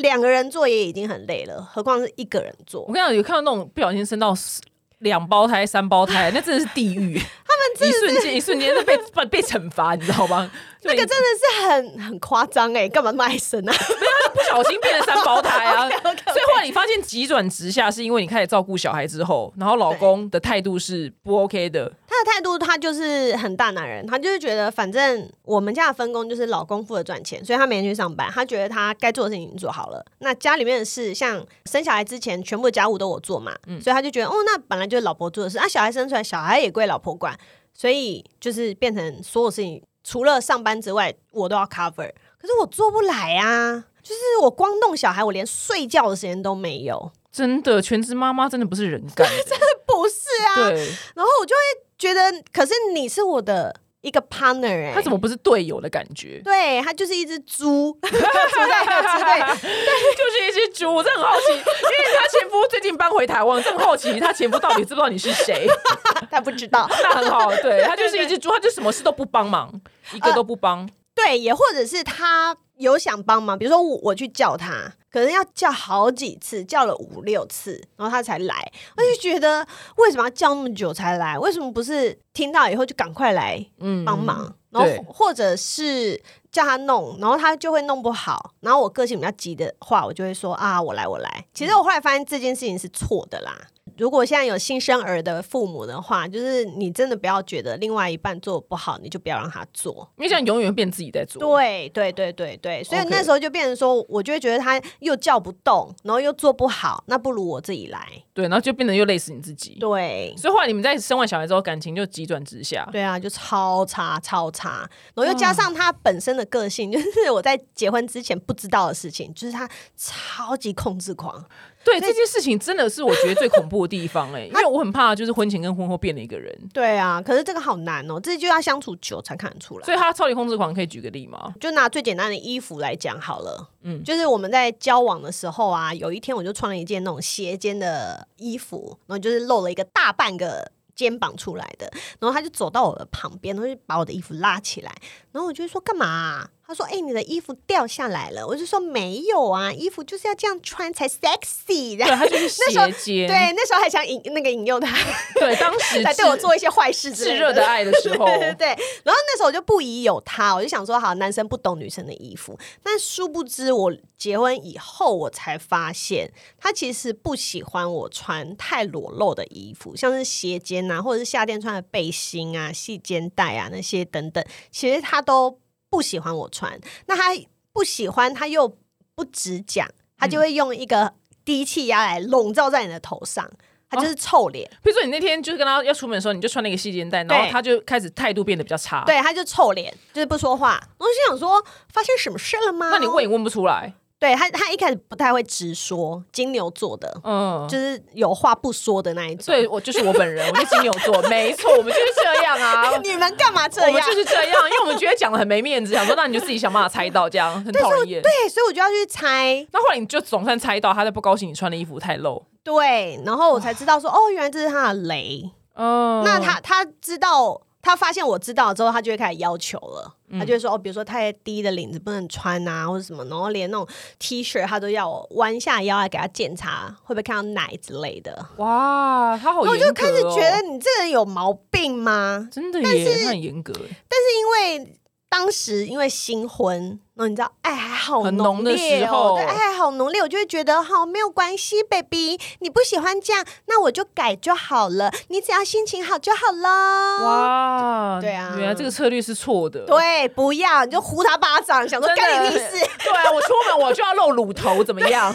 Speaker 1: 两个人做也已经很累了，何况是一个人做
Speaker 2: 嗯我。跟你讲，有看到那种不小心生到四两胞胎、三胞胎，那真的是地狱。 他们一瞬间一瞬间就被 被被惩罚，你知道吗？那
Speaker 1: 那个真的是很很夸张哎，干嘛那么爱生啊？
Speaker 2: 不小心变成三胞胎 啊。
Speaker 1: OK，OK，OK
Speaker 2: 所以后来你发现急转直下，是因为你开始照顾小孩之后，然后老公的态度是不 OK 的。
Speaker 1: 他的态度，他就是很大男人，他就是觉得反正我们家的分工就是老公负责赚钱，所以他每天去上班，他觉得他该做的事情已经做好了。那家里面的事，像生小孩之前，全部的家务都我做嘛，所以他就觉得哦，那本来就是老婆做的事，啊，小孩生出来，小孩也归老婆管，所以就是变成所有事情除了上班之外，我都要 cover。可是我做不来啊，就是我光弄小孩，我连睡觉的时间都没有。
Speaker 2: 真的，全职妈妈真的不是人干 的。
Speaker 1: 不是啊，
Speaker 2: 对，
Speaker 1: 然后我就会觉得，可是你是我的一个 partner 哎、
Speaker 2: 他怎
Speaker 1: 么？
Speaker 2: 么不是队友的感觉？
Speaker 1: 对，他就是一只猪 之类的之类的。
Speaker 2: 就是一只猪，我真的很好奇，因为他前夫最近搬回台湾，我真的很好奇他前夫到底知不知道你是谁？
Speaker 1: 他不知道。
Speaker 2: 那很好，对他就是一只猪，他就什么事都不帮忙，一个都不帮。
Speaker 1: 对，也或者是他有想帮忙，比如说我我去叫他，可能要叫好几次，叫了五六次，然后他才来。我就觉得为什么要叫那么久才来？为什么不是听到以后就赶快来
Speaker 2: 嗯
Speaker 1: 帮忙，然
Speaker 2: 对
Speaker 1: 后或或者是叫他弄，然后他就会弄不好。然后我个性比较急的话，我就会说啊，我来，我来。其实我后来发现这件事情是错的啦。如果现在有新生儿的父母的话，就是你真的不要觉得另外一半做不好，你就不要让他做。
Speaker 2: 因为这样永远变自己在做。
Speaker 1: 对对对对对，所以
Speaker 2: OK
Speaker 1: 那时候就变成说，我就会觉得他又叫不动，然后又做不好，那不如我自己来。
Speaker 2: 对，然后就变得又累死你自己。
Speaker 1: 对，
Speaker 2: 所以后来你们在生完小孩之后，感情就急转直下。
Speaker 1: 对啊，就超差超差，然后又加上他本身的个性， 就是我在结婚之前不知道的事情，就是他超级控制狂。
Speaker 2: 对这件事情，真的是我觉得最恐怖的地方哎、因为我很怕就是婚前跟婚后变了一个人。
Speaker 1: 对啊，可是这个好难哦，这就要相处久才看得出来
Speaker 2: 所。以他超级控制狂，可以举个例吗？
Speaker 1: 就拿最简单的衣服来讲好了，嗯，就是我们在交往的时候啊，有一天我就穿了一件那种斜肩的衣服，然后就是露了一个大半个肩膀出来的，然后他就走到我的旁边，然后就把我的衣服拉起来，然后我就说干嘛啊、他说：“哎、你的衣服掉下来了。”我就说：“没有啊，衣服就是要这样穿才 sexy。”然
Speaker 2: 对，
Speaker 1: 后
Speaker 2: 他就是
Speaker 1: 那时候 对，
Speaker 2: 斜肩。
Speaker 1: 那时候还想引那个引诱他
Speaker 2: 对，当时
Speaker 1: 来对我做一些坏事之
Speaker 2: 炙
Speaker 1: 类
Speaker 2: 热的爱的时候，
Speaker 1: 对对对，然后那时候我就不疑有他，我就想说，好，男生不懂女生的衣服。但殊不知，我结婚以后，我才发现他其实不喜欢我穿太裸露的衣服，像是斜肩啊，或者是夏天穿的背心啊、细肩带啊那些等等，其实他都不喜欢我穿。那他不喜欢，他又不直讲，他就会用一个低气压来笼罩在你的头上，他就是臭脸。
Speaker 2: 比如说你那天就是跟他要出门的时候，你就穿了一个细肩带，然后
Speaker 1: 对
Speaker 2: 他就开始态度变得比较差。，
Speaker 1: 对，他就臭脸，就是不说话。我就想说，发生什么事了吗？
Speaker 2: 那你问也问不出来。
Speaker 1: 对他，他一开始不太会直说，金牛座的，
Speaker 2: 嗯，
Speaker 1: 就是有话不说的那一种。
Speaker 2: 对我就是我本人，我是金牛座，没错，我们就是这样 啊。
Speaker 1: 哎你们干嘛这
Speaker 2: 我们
Speaker 1: 样？
Speaker 2: 就是这样，因为我们觉得讲的很没面子，想说那你就自己想办法猜到，这样很讨人厌。
Speaker 1: 对，所以我就要去猜，
Speaker 2: 那后来你就总算猜到，他在不高兴你穿的衣服太露。
Speaker 1: 对，然后我才知道说，哦，原来这是他的雷。
Speaker 2: 嗯，
Speaker 1: 那他他知道，他发现我知道之后，他就会开始要求了。
Speaker 2: 嗯
Speaker 1: 他就会说，哦，比如说太低的领子不能穿啊，或者什么，然后连那种 T 恤他都要我弯下腰来给他检查会不会看到奶之类的。
Speaker 2: 哇，他好严格、哦，
Speaker 1: 我就开始觉得你这个人有毛病吗？
Speaker 2: 真的耶，他很严格耶，
Speaker 1: 是因为当时因为新婚，然后你知道爱还好
Speaker 2: 很浓
Speaker 1: 浓
Speaker 2: 的
Speaker 1: 烈
Speaker 2: 时
Speaker 1: 哦
Speaker 2: 候，
Speaker 1: 对，爱还好浓烈，我就会觉得哦好没有关系，baby，你不喜欢这样，那我就改就好了，你只要心情好就好了。
Speaker 2: 哇，
Speaker 1: 嗯对啊
Speaker 2: 原来这个策略是错的，
Speaker 1: 对，不要你就呼他巴掌，想说
Speaker 2: 真的。
Speaker 1: 干你屁事。
Speaker 2: 对啊，我出门我就要露乳头，怎么样？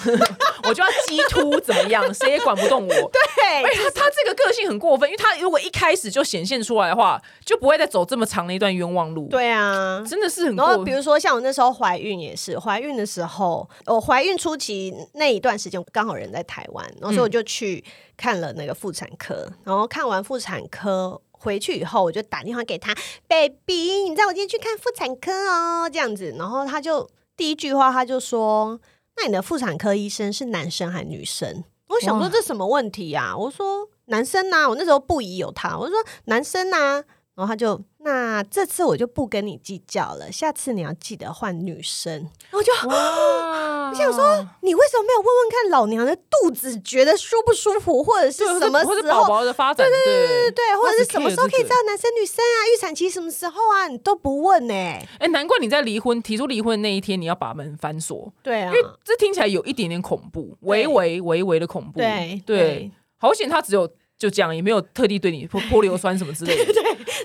Speaker 2: 我就要鸡突，怎么样？谁也管不动我。对，而
Speaker 1: 对
Speaker 2: 且他他这个个性很过分，因为他如果一开始就显现出来的话，就不会再走这么长的一段冤枉路。，
Speaker 1: 对啊，
Speaker 2: 真的是很
Speaker 1: 然
Speaker 2: 过
Speaker 1: 后
Speaker 2: 分。
Speaker 1: 比如说像我那时候怀孕也是，怀孕的时候，我怀孕初期那一段时间刚好人在台湾，然后
Speaker 2: 嗯
Speaker 1: 所以我就去看了那个妇产科，然后看完妇产科。回去以后，我就打电话给他，baby，你知道我今天去看妇产科哦，这样子。然后他就第一句话他就说：“那你的妇产科医生是男生还是女生？”我想说
Speaker 2: 哇
Speaker 1: 这什么问题呀、我说男生呐、我那时候不疑有他，我就说男生呐、然后他就那这次我就不跟你计较了，下次你要记得换女生。然后我就
Speaker 2: 哇！
Speaker 1: 我想说，你为什么没有问问看老娘的肚子觉得舒不舒服，或者是
Speaker 2: 对，
Speaker 1: 什么
Speaker 2: 或者
Speaker 1: 时
Speaker 2: 宝
Speaker 1: 候？
Speaker 2: 宝的发展，对对
Speaker 1: 对，或者是什么时候可以知
Speaker 2: 这
Speaker 1: 道男生女生啊？预产期什么时候啊？你都不问呢、欸
Speaker 2: 哎、难怪你在离婚提出离婚的那一天，你要把门反锁，
Speaker 1: 对啊
Speaker 2: 因为这听起来有一点点恐怖，微微微微的恐怖。
Speaker 1: 对
Speaker 2: 对，好险他只有就这样，也没有特地对你泼泼硫酸什么之类的。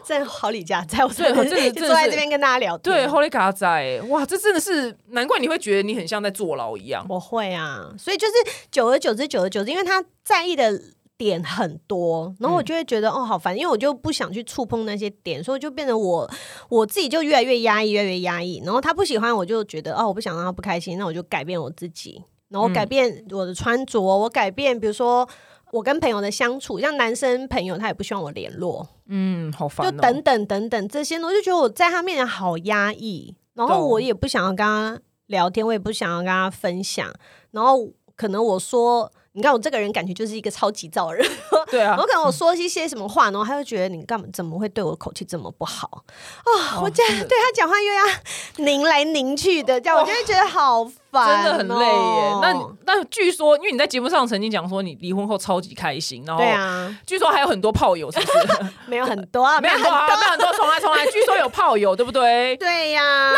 Speaker 1: 真好李家在我
Speaker 2: 对
Speaker 1: 这
Speaker 2: 真的
Speaker 1: 边
Speaker 2: 真
Speaker 1: 坐
Speaker 2: 的
Speaker 1: 在
Speaker 2: 是
Speaker 1: 这边跟大家聊天。
Speaker 2: 对，Holy 嘎仔，哇，这真的是难怪你会觉得你很像在坐牢一样。
Speaker 1: 我会啊，所以就是久而久之，久而久之，因为他在意的点很多，然后我就会觉得、哦好烦，因为我就不想去触碰那些点，所以就变得我我自己就越来越压抑，越来越压抑。然后他不喜欢，我就觉得哦我不想让他不开心，那我就改变我自己，然后
Speaker 2: 嗯
Speaker 1: 改变我的穿着，我改变比如说。我跟朋友的相处，像男生朋友，他也不希望我联络，
Speaker 2: 嗯，好烦、
Speaker 1: 就
Speaker 2: 哦。
Speaker 1: 等等等等这些，我就觉得我在他面前好压抑，然后
Speaker 2: 懂
Speaker 1: 我也不想要跟他聊天，我也不想要跟他分享，然后可能我说，你看我这个人感觉就是一个超级躁的人，
Speaker 2: 对啊
Speaker 1: 我，可能我说一些什么话，然后他就觉得你干嘛怎么会对我口气这么不好啊、
Speaker 2: 哦
Speaker 1: 我这样
Speaker 2: 真的
Speaker 1: 对他讲话又要拧来拧去的，这样我就会觉得好烦、哦
Speaker 2: 真的很累耶。那你哦
Speaker 1: 你
Speaker 2: 那据说，因为你在节目上曾经讲说你离婚后超级开心，然后
Speaker 1: 对啊，
Speaker 2: 据说还有很多炮友，是不是？
Speaker 1: 没有很多 啊，
Speaker 2: 没有很多啊，没有很多，从来从来，据说有炮友，对不对？
Speaker 1: 对呀、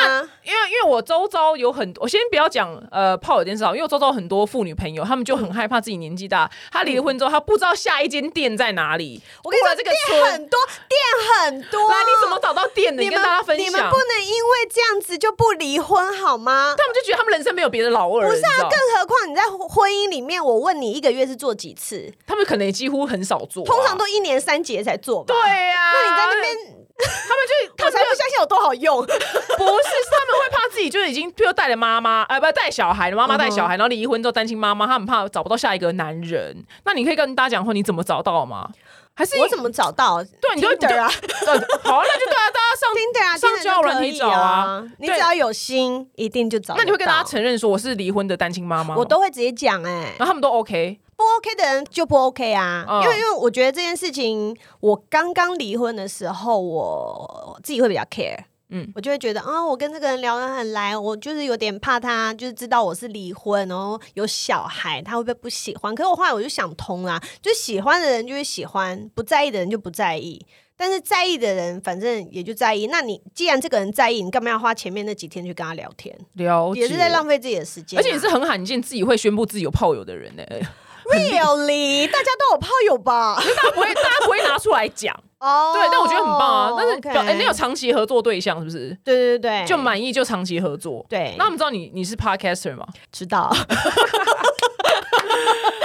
Speaker 2: 因为因为我周遭有很，我先不要讲呃炮友这件事啊，因为我周遭很多妇女朋友，她们就很害怕自己年纪大，她离了婚之后，她不知道下一间店在哪里。
Speaker 1: 嗯我跟你说，
Speaker 2: 过了这个
Speaker 1: 店
Speaker 2: 村
Speaker 1: 很多，店很多，
Speaker 2: 来，你怎么找到店的？
Speaker 1: 你
Speaker 2: 你
Speaker 1: 们
Speaker 2: 跟大家分
Speaker 1: 你
Speaker 2: 享。
Speaker 1: 们不能因为这样子就不离婚好吗？
Speaker 2: 他们就觉得他们人生没有别的老二了，
Speaker 1: 不是
Speaker 2: 你知
Speaker 1: 啊，
Speaker 2: 道
Speaker 1: 更何况你在婚姻里面，我问你一个月是做几次？
Speaker 2: 他们可能也几乎很少做啊、
Speaker 1: 通常都一年三节才做吧。
Speaker 2: 对。啊呀、
Speaker 1: 那你在那边，
Speaker 2: 他们就
Speaker 1: 我才不相信有多好用。
Speaker 2: 不是，是他们会怕自己就是已经，譬如带了妈妈，呃，不带小孩，
Speaker 1: 嗯
Speaker 2: 妈妈带小孩，然后离婚之后担心妈妈，他很怕找不到下一个男人。那你可以跟大家讲说你怎么找到吗？还是
Speaker 1: 我怎么找到？
Speaker 2: 对你就
Speaker 1: Tinder 啊
Speaker 2: 对，好啊，那就对啊，大 家上
Speaker 1: ，Tinder 啊，
Speaker 2: 上
Speaker 1: Tinder
Speaker 2: 交友
Speaker 1: 就
Speaker 2: 软
Speaker 1: 可
Speaker 2: 体
Speaker 1: 以
Speaker 2: 找啊
Speaker 1: 啊。你
Speaker 2: 对
Speaker 1: 只要有心，一定就找得到。
Speaker 2: 那你会跟大家承认说我是离婚的单亲妈妈吗？
Speaker 1: 啊我都会直接讲哎、
Speaker 2: 然后他们都 OK，
Speaker 1: 不 OK 的人就不 OK 啊，
Speaker 2: 嗯
Speaker 1: 因为因为我觉得这件事情，我刚刚离婚的时候，我自己会比较 care。嗯
Speaker 2: 嗯，
Speaker 1: 我就会觉得啊、我跟这个人聊得很来，我就是有点怕他，就是知道我是离婚，然后有小孩，他会不会不喜欢？可是我后来我就想通啦，就喜欢的人就会喜欢，不在意的人就不在意。但是在意的人，反正也就在意。那你既然这个人在意，你干嘛要花前面那几天去跟他聊天？
Speaker 2: 了解，
Speaker 1: 也是在浪费自己的时间啊、
Speaker 2: 而且你是很罕见自己会宣布自己有炮友的人欸呢、
Speaker 1: really，大家都有炮友吧？
Speaker 2: 大家不会，大家不会拿出来讲，
Speaker 1: 哦，
Speaker 2: 对，但我觉得很棒啊。但是
Speaker 1: OK
Speaker 2: 表，哎、你有长期合作对象是不是？
Speaker 1: 对对对，
Speaker 2: 就满意就长期合作。
Speaker 1: 对，
Speaker 2: 那他们知道你你是 podcaster 吗？
Speaker 1: 知道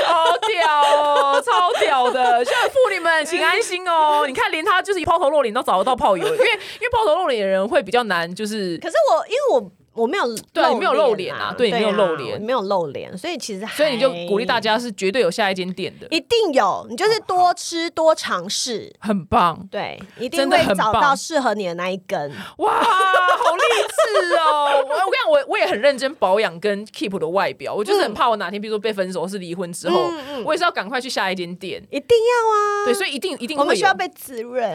Speaker 2: 好屌哦，超屌的！现在妇女们请安心哦。你看，连他就是抛头露脸都找得到炮友，因为因为抛头露脸的人会比较难，就是
Speaker 1: 可是我因为我我没有露
Speaker 2: 对啊你没有露
Speaker 1: 脸
Speaker 2: 脸
Speaker 1: 啊
Speaker 2: 啊，
Speaker 1: 对啊，
Speaker 2: 对你没有露脸
Speaker 1: 我没有露脸，所以其实还
Speaker 2: 所以你就鼓励大家哦是绝对有下一间店的，
Speaker 1: 一定有，你就是多吃多尝试。
Speaker 2: 很棒
Speaker 1: 对，一定
Speaker 2: 真的
Speaker 1: 会
Speaker 2: 很
Speaker 1: 找
Speaker 2: 棒
Speaker 1: 到适合你的那一根。
Speaker 2: 哇，好励志哦！我我跟你讲，我我也很认真保养跟 keep 我的外表，我就是很怕我哪天比如说被分手或是离婚之后，
Speaker 1: 嗯嗯
Speaker 2: 我也是要赶快去下一间店。
Speaker 1: 一定要啊！
Speaker 2: 对，所以一定一定
Speaker 1: 我们
Speaker 2: 会
Speaker 1: 需
Speaker 2: 有
Speaker 1: 要，被滋润。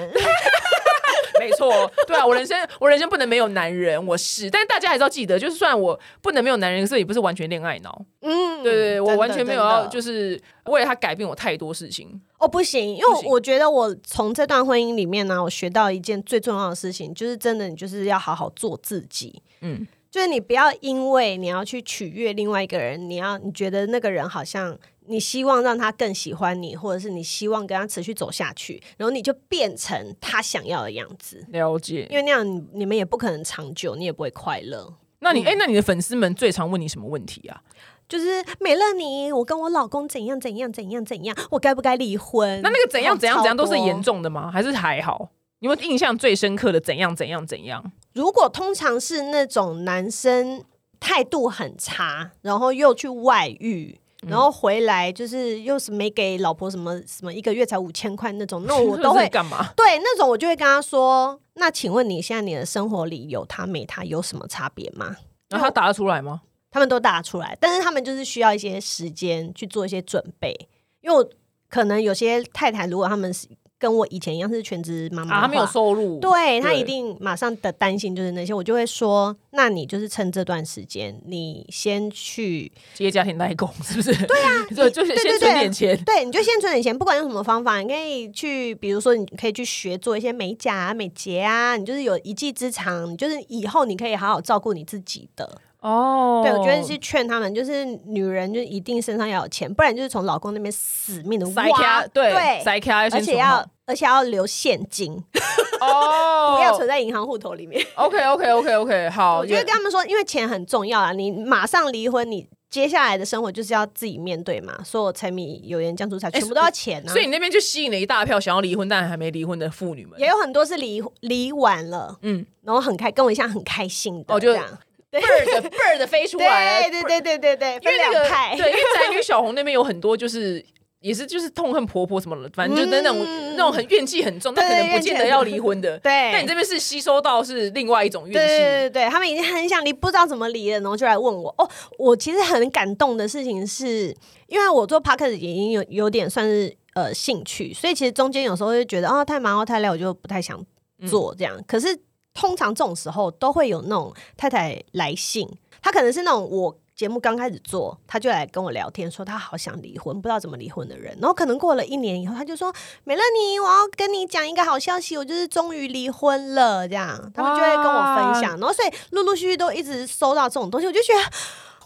Speaker 2: 没错，对啊，我人生 我人生不能没有男人，我是，但大家还是要记得，就是虽然我不能没有男人，所以也不是完全恋爱脑，
Speaker 1: 嗯，
Speaker 2: 对对对，我
Speaker 1: 真的
Speaker 2: 完全没有要
Speaker 1: 真的
Speaker 2: 就是为了他改变我太多事情，
Speaker 1: 哦，不行，因为我
Speaker 2: 不行
Speaker 1: 我觉得我从这段婚姻里面呢、我学到一件最重要的事情，就是真的，你就是要好好做自己。
Speaker 2: 嗯，
Speaker 1: 就是你不要因为你要去取悦另外一个人，你要你觉得那个人好像你希望让他更喜欢你，或者是你希望跟他持续走下去，然后你就变成他想要的样子，
Speaker 2: 了解
Speaker 1: 因。为那样你你们也不可能长久，你也不会快乐。
Speaker 2: 那你哎、那你的粉丝们最常问你什么问题啊？
Speaker 1: 就是美乐你，我跟我老公怎样怎样怎样怎样，我该不该离婚？
Speaker 2: 那那个怎样怎样怎样都是
Speaker 1: 超多
Speaker 2: 严重的吗？还是还好？你有没有印象最深刻的怎样怎样怎样？
Speaker 1: 如果通常是那种男生态度很差，然后又去外遇。
Speaker 2: 嗯
Speaker 1: 然后回来就是又是没给老婆什么什么一个月才五千块那种，那 我都会
Speaker 2: 干嘛？
Speaker 1: 对那种我就会跟他说：“那请问你现在你的生活里有他没他有什么差别吗
Speaker 2: 然后他答得出来吗？？”
Speaker 1: 他们都答出来，但是他们就是需要一些时间去做一些准备，因为我可能有些太太如果他们是跟我以前一样是全职妈嗯妈的话，
Speaker 2: 啊，他没有收入，
Speaker 1: 对他
Speaker 2: 对
Speaker 1: 一定马上的担心就是那些，我就会说，那你就是趁这段时间，你先去，
Speaker 2: 接家庭代工是不是？对啊， 就就是
Speaker 1: 对对
Speaker 2: 先存点钱。
Speaker 1: 对，你就先存点钱，不管用什么方法，你可以去，比如说你可以去学做一些美甲、啊、美睫啊，你就是有一技之长，你就是以后你可以好好照顾你自己的。
Speaker 2: 哦
Speaker 1: 对，我觉得是劝他们，就是女人就一定身上要有钱，不然就是从老公那边死命的
Speaker 2: 塞卡
Speaker 1: 挖，，
Speaker 2: 对，塞卡，
Speaker 1: 而且要而且要留现金，
Speaker 2: 哦，
Speaker 1: 不要存在银行户头里面。
Speaker 2: OK OK OK OK，好，
Speaker 1: 我就会跟他们说，因为钱很重要啊，你马上离婚，你接下来的生活就是要自己面对嘛。所有柴米油盐酱醋茶，全部都要钱啊。
Speaker 2: 哎所以你那边就吸引了一大票想要离婚但还没离婚的妇女们
Speaker 1: 也，有很多是离离完了，
Speaker 2: 嗯，
Speaker 1: 然后很开，跟我一样很开心的，
Speaker 2: 哦就
Speaker 1: 这样。
Speaker 2: 倍儿的倍儿的飞出来，
Speaker 1: 对对对对对对，
Speaker 2: 因
Speaker 1: 分
Speaker 2: 为那
Speaker 1: 两
Speaker 2: 个
Speaker 1: 派。
Speaker 2: 对，因为宅女小红那边有很多就是。也是，就是痛恨婆婆什么的，反正就是那种、
Speaker 1: 嗯
Speaker 2: 那种很怨气很重，但可
Speaker 1: 对
Speaker 2: 能不见
Speaker 1: 怨
Speaker 2: 得
Speaker 1: 气
Speaker 2: 要离婚的。
Speaker 1: 对
Speaker 2: 但你这边是吸收到是另外一种
Speaker 1: 对对
Speaker 2: 怨气，
Speaker 1: 对对，他们已经很想离，不知道怎么离了，然后就来问我。哦，我其实很感动的事情是，因为我做 p o d c a s t 已经有有点算是呃兴趣，所以其实中间有时候就觉得哦太忙哦太累，我就不太想做这样。可是通常这种时候都会有那种太太来信，她可能是那种我。节目刚开始做，她就来跟我聊天，说她好想离婚，不知道怎么离婚的人。然后可能过了一年以后，她就说：“美乐妮，我要跟你讲一个好消息，我就是终于离婚了。”这样，他们就会跟我分
Speaker 2: 啊
Speaker 1: 享。然后所以陆陆续续都一直收到这种东西，我就觉得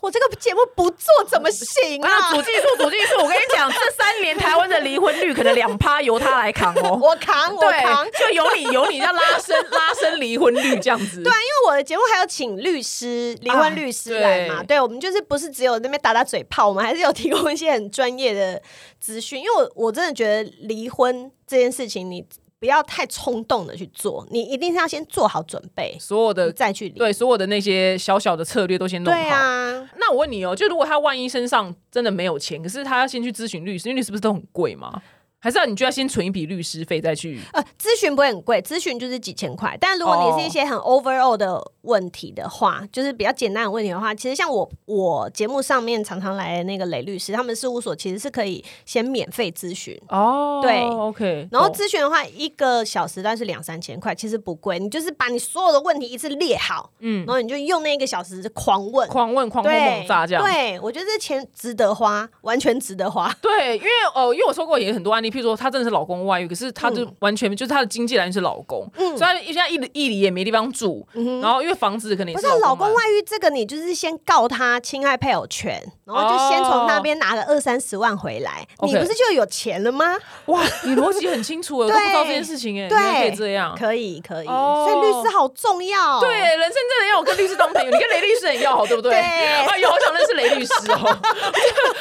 Speaker 1: 我这个节目不做怎么行
Speaker 2: 我想
Speaker 1: 啊？
Speaker 2: 主计数，主计数，我跟你讲，这三年台湾的离婚率可能两趴由他来扛哦。
Speaker 1: 我扛，我扛。
Speaker 2: 对，就由你由你要拉升拉升离婚率这样子。
Speaker 1: 因
Speaker 2: 对，
Speaker 1: 为我的节目还有请律师、离婚律师来嘛，
Speaker 2: 啊
Speaker 1: 对我们就是不是只有那边打打嘴炮，我们还是有提供一些很专业的资讯。因为我我真的觉得离婚这件事情，你不要太冲动的去做，你一定是要先做好准备，
Speaker 2: 所有的
Speaker 1: 再去离。
Speaker 2: 呃对所有的那些小小的策略都先弄好。
Speaker 1: 对啊，
Speaker 2: 那我问你哦，就如果他万一身上真的没有钱，可是他要先去咨询律师，因为律师不是都很贵吗？还是要你就要先存一笔律师费再去？
Speaker 1: 呃，咨询不会很贵，咨询就是几千块。但如果
Speaker 2: 哦
Speaker 1: 你是一些很 overall 的问题的话，就是比较简单的问题的话，其实像我我节目上面常常来的那个雷律师，他们事务所其实是可以先免费咨询。
Speaker 2: 哦，
Speaker 1: 对
Speaker 2: ，OK。哦
Speaker 1: 然后咨询的话，一个小时大概是两三千块，其实不贵。你就是把你所有的问题一次列好，
Speaker 2: 嗯
Speaker 1: 然，后你就用那一个小时狂问，
Speaker 2: 狂问狂轰
Speaker 1: 对，
Speaker 2: 猛炸这样。
Speaker 1: 对，我觉得这钱值得花，完全值得花。
Speaker 2: 对，因为呃，因为我收过也很多案例，譬如说她真的是老公外遇，可是她就
Speaker 1: 嗯
Speaker 2: 完全、就是她的经济来源是老公，所以她现在一离一离也没地方住，然后因为房子可能也
Speaker 1: 嗯不
Speaker 2: 是
Speaker 1: 是老
Speaker 2: 公
Speaker 1: 公
Speaker 2: 买
Speaker 1: 外遇这个，你就是先告他侵害配偶权，然后就先从那边拿个二三十万回来，
Speaker 2: 哦 OK
Speaker 1: 你不是就有钱了吗？
Speaker 2: 哇，你逻辑很清楚，欸我都不知道这件事情哎、
Speaker 1: 对
Speaker 2: 原来可以这样。
Speaker 1: 可以，可以，
Speaker 2: 哦
Speaker 1: 所以律师好重要。
Speaker 2: 对，人生真的要我跟律师当朋友，你跟雷律师很要好，对不对？
Speaker 1: 对
Speaker 2: 哎呦，好想认识雷律师哦！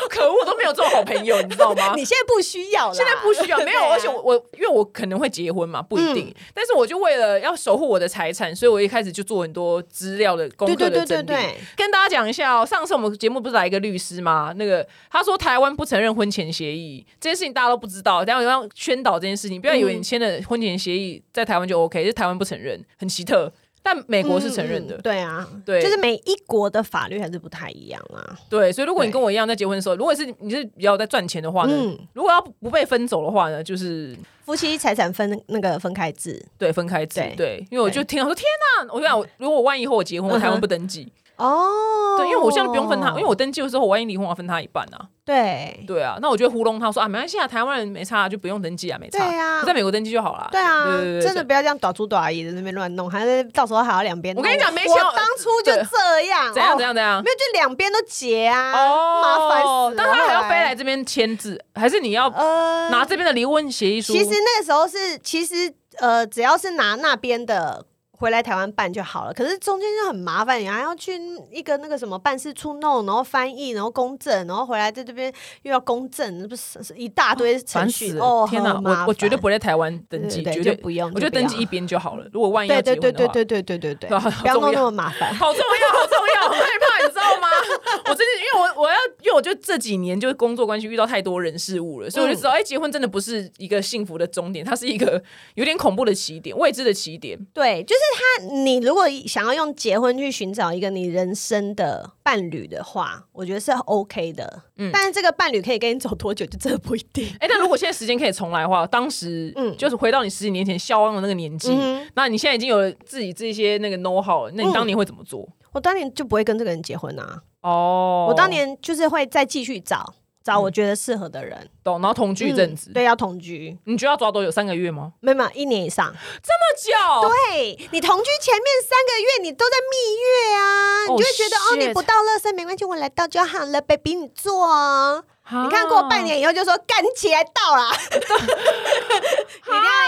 Speaker 2: 可恶，我都没有做好朋友，你知道吗？
Speaker 1: 你现在不需要啦，
Speaker 2: 现在不 需要，没有，
Speaker 1: 对啊嗯
Speaker 2: 而且我我因为我可能会结婚嘛，不一定，但是我就为了要守护我的财产，所以我一开始就做很多资料的功
Speaker 1: 对对
Speaker 2: 课的
Speaker 1: 对
Speaker 2: 整
Speaker 1: 对
Speaker 2: 理。
Speaker 1: 对，
Speaker 2: 跟大家讲一下哦，上次我们节目不是来一个律师吗？那个他说台湾不承认婚前协议这件事情，大家都不知道，但我要宣导这件事情，不要以
Speaker 1: 嗯
Speaker 2: 为你签了婚前协议在台湾就 OK，就是台湾不承认，很奇特，但美国是承认的。
Speaker 1: 嗯嗯对啊，
Speaker 2: 对
Speaker 1: 就是每一国的法律还是不太一样啊。
Speaker 2: 对，所以如果你
Speaker 1: 对
Speaker 2: 跟我一样在结婚的时候，如果是你是比较在赚钱的话呢，
Speaker 1: 嗯
Speaker 2: 如果要不被分走的话呢，就是
Speaker 1: 夫妻财产分那个分开制
Speaker 2: 对，分开制
Speaker 1: 对，嗯
Speaker 2: 对，因为我就听到说天哪，我想我如果我万一以后我结婚，我台湾不登记，
Speaker 1: 哦
Speaker 2: 对，因为我现在不用分他，因为我登记的时候，我万一离婚，我要分他一半啊，
Speaker 1: 对
Speaker 2: 对啊，那我就会糊弄他说啊，没关系啊，台湾人没差啊，就不用登记啊，没
Speaker 1: 对
Speaker 2: 差，
Speaker 1: 啊
Speaker 2: 我在美国登记就好了，
Speaker 1: 对啊
Speaker 2: 对对，对
Speaker 1: 真的。不要这样短租短姨在那边乱弄，还是到时候还要两边弄。
Speaker 2: 我跟你讲没钱
Speaker 1: 我当初就这样，
Speaker 2: 怎样
Speaker 1: 哦
Speaker 2: 怎样怎样
Speaker 1: 没？有就两边都结啊，
Speaker 2: 哦，
Speaker 1: 麻烦死了。
Speaker 2: 但他还要
Speaker 1: 后
Speaker 2: 飞来，这边签字，还是你要
Speaker 1: 呃，
Speaker 2: 拿这边的离婚协议书？
Speaker 1: 其实那个时候是，其实呃，只要是拿那边的回来台湾办就好了。可是中间就很麻烦，你还要去一个那个什么办事处弄，然后翻译，然后公证，然后回来在这边又要公证，那不是是一大堆程
Speaker 2: 啊烦
Speaker 1: 序
Speaker 2: 死
Speaker 1: 哦
Speaker 2: 了！！天
Speaker 1: 哪，
Speaker 2: 我我绝对不会在台湾登记，
Speaker 1: 对对
Speaker 2: 绝
Speaker 1: 对
Speaker 2: 对
Speaker 1: 就不用
Speaker 2: 我就
Speaker 1: 就不要
Speaker 2: 登记一边就好了。如果万一要
Speaker 1: 对
Speaker 2: 结
Speaker 1: 对对
Speaker 2: 婚的
Speaker 1: 对
Speaker 2: 话，
Speaker 1: 对对对对对，
Speaker 2: 好
Speaker 1: 不要弄那
Speaker 2: 重要
Speaker 1: 么麻烦。
Speaker 2: 好重 要，好重要，很害怕，你知道吗？ 我最近因为我我要因为我就这几年就是工作关系遇到太多人事物了，
Speaker 1: 嗯
Speaker 2: 所以我就知道，哎、结婚真的不是一个幸福的终点，它是一个有点恐怖的起点，未知的起点。
Speaker 1: 对，就是他，你如果想要用结婚去寻找一个你人生的伴侣的话，我觉得是 OK 的。嗯，但是这个伴侣可以跟你走多久，就真的不一 定。
Speaker 2: 哎、但如果现在时间可以重来的话，当时
Speaker 1: 嗯
Speaker 2: 就是回到你十几年前消亡的那个年纪，
Speaker 1: 嗯
Speaker 2: 那你现在已经有了自己这些那个 know how，了那你当年会怎么做？
Speaker 1: 我当年就不会跟这个人结婚啊，
Speaker 2: 哦，
Speaker 1: 嗯我当年就是会再继续找找我觉得适合的人，
Speaker 2: 懂，然后同居一阵子，
Speaker 1: 嗯对，要同居，
Speaker 2: 你觉得要抓多久？三个月吗？
Speaker 1: 没有没有一年以 上。
Speaker 2: 那久，
Speaker 1: 对你同居前面三个月，你都在蜜月啊，你就会觉得、
Speaker 2: Oh,
Speaker 1: 哦，你
Speaker 2: shit
Speaker 1: 不到乐色没关系，我来倒就好了，baby，你坐哦。
Speaker 2: 你
Speaker 1: 你看
Speaker 2: 啊
Speaker 1: 过半年以后就说干起来到 啦，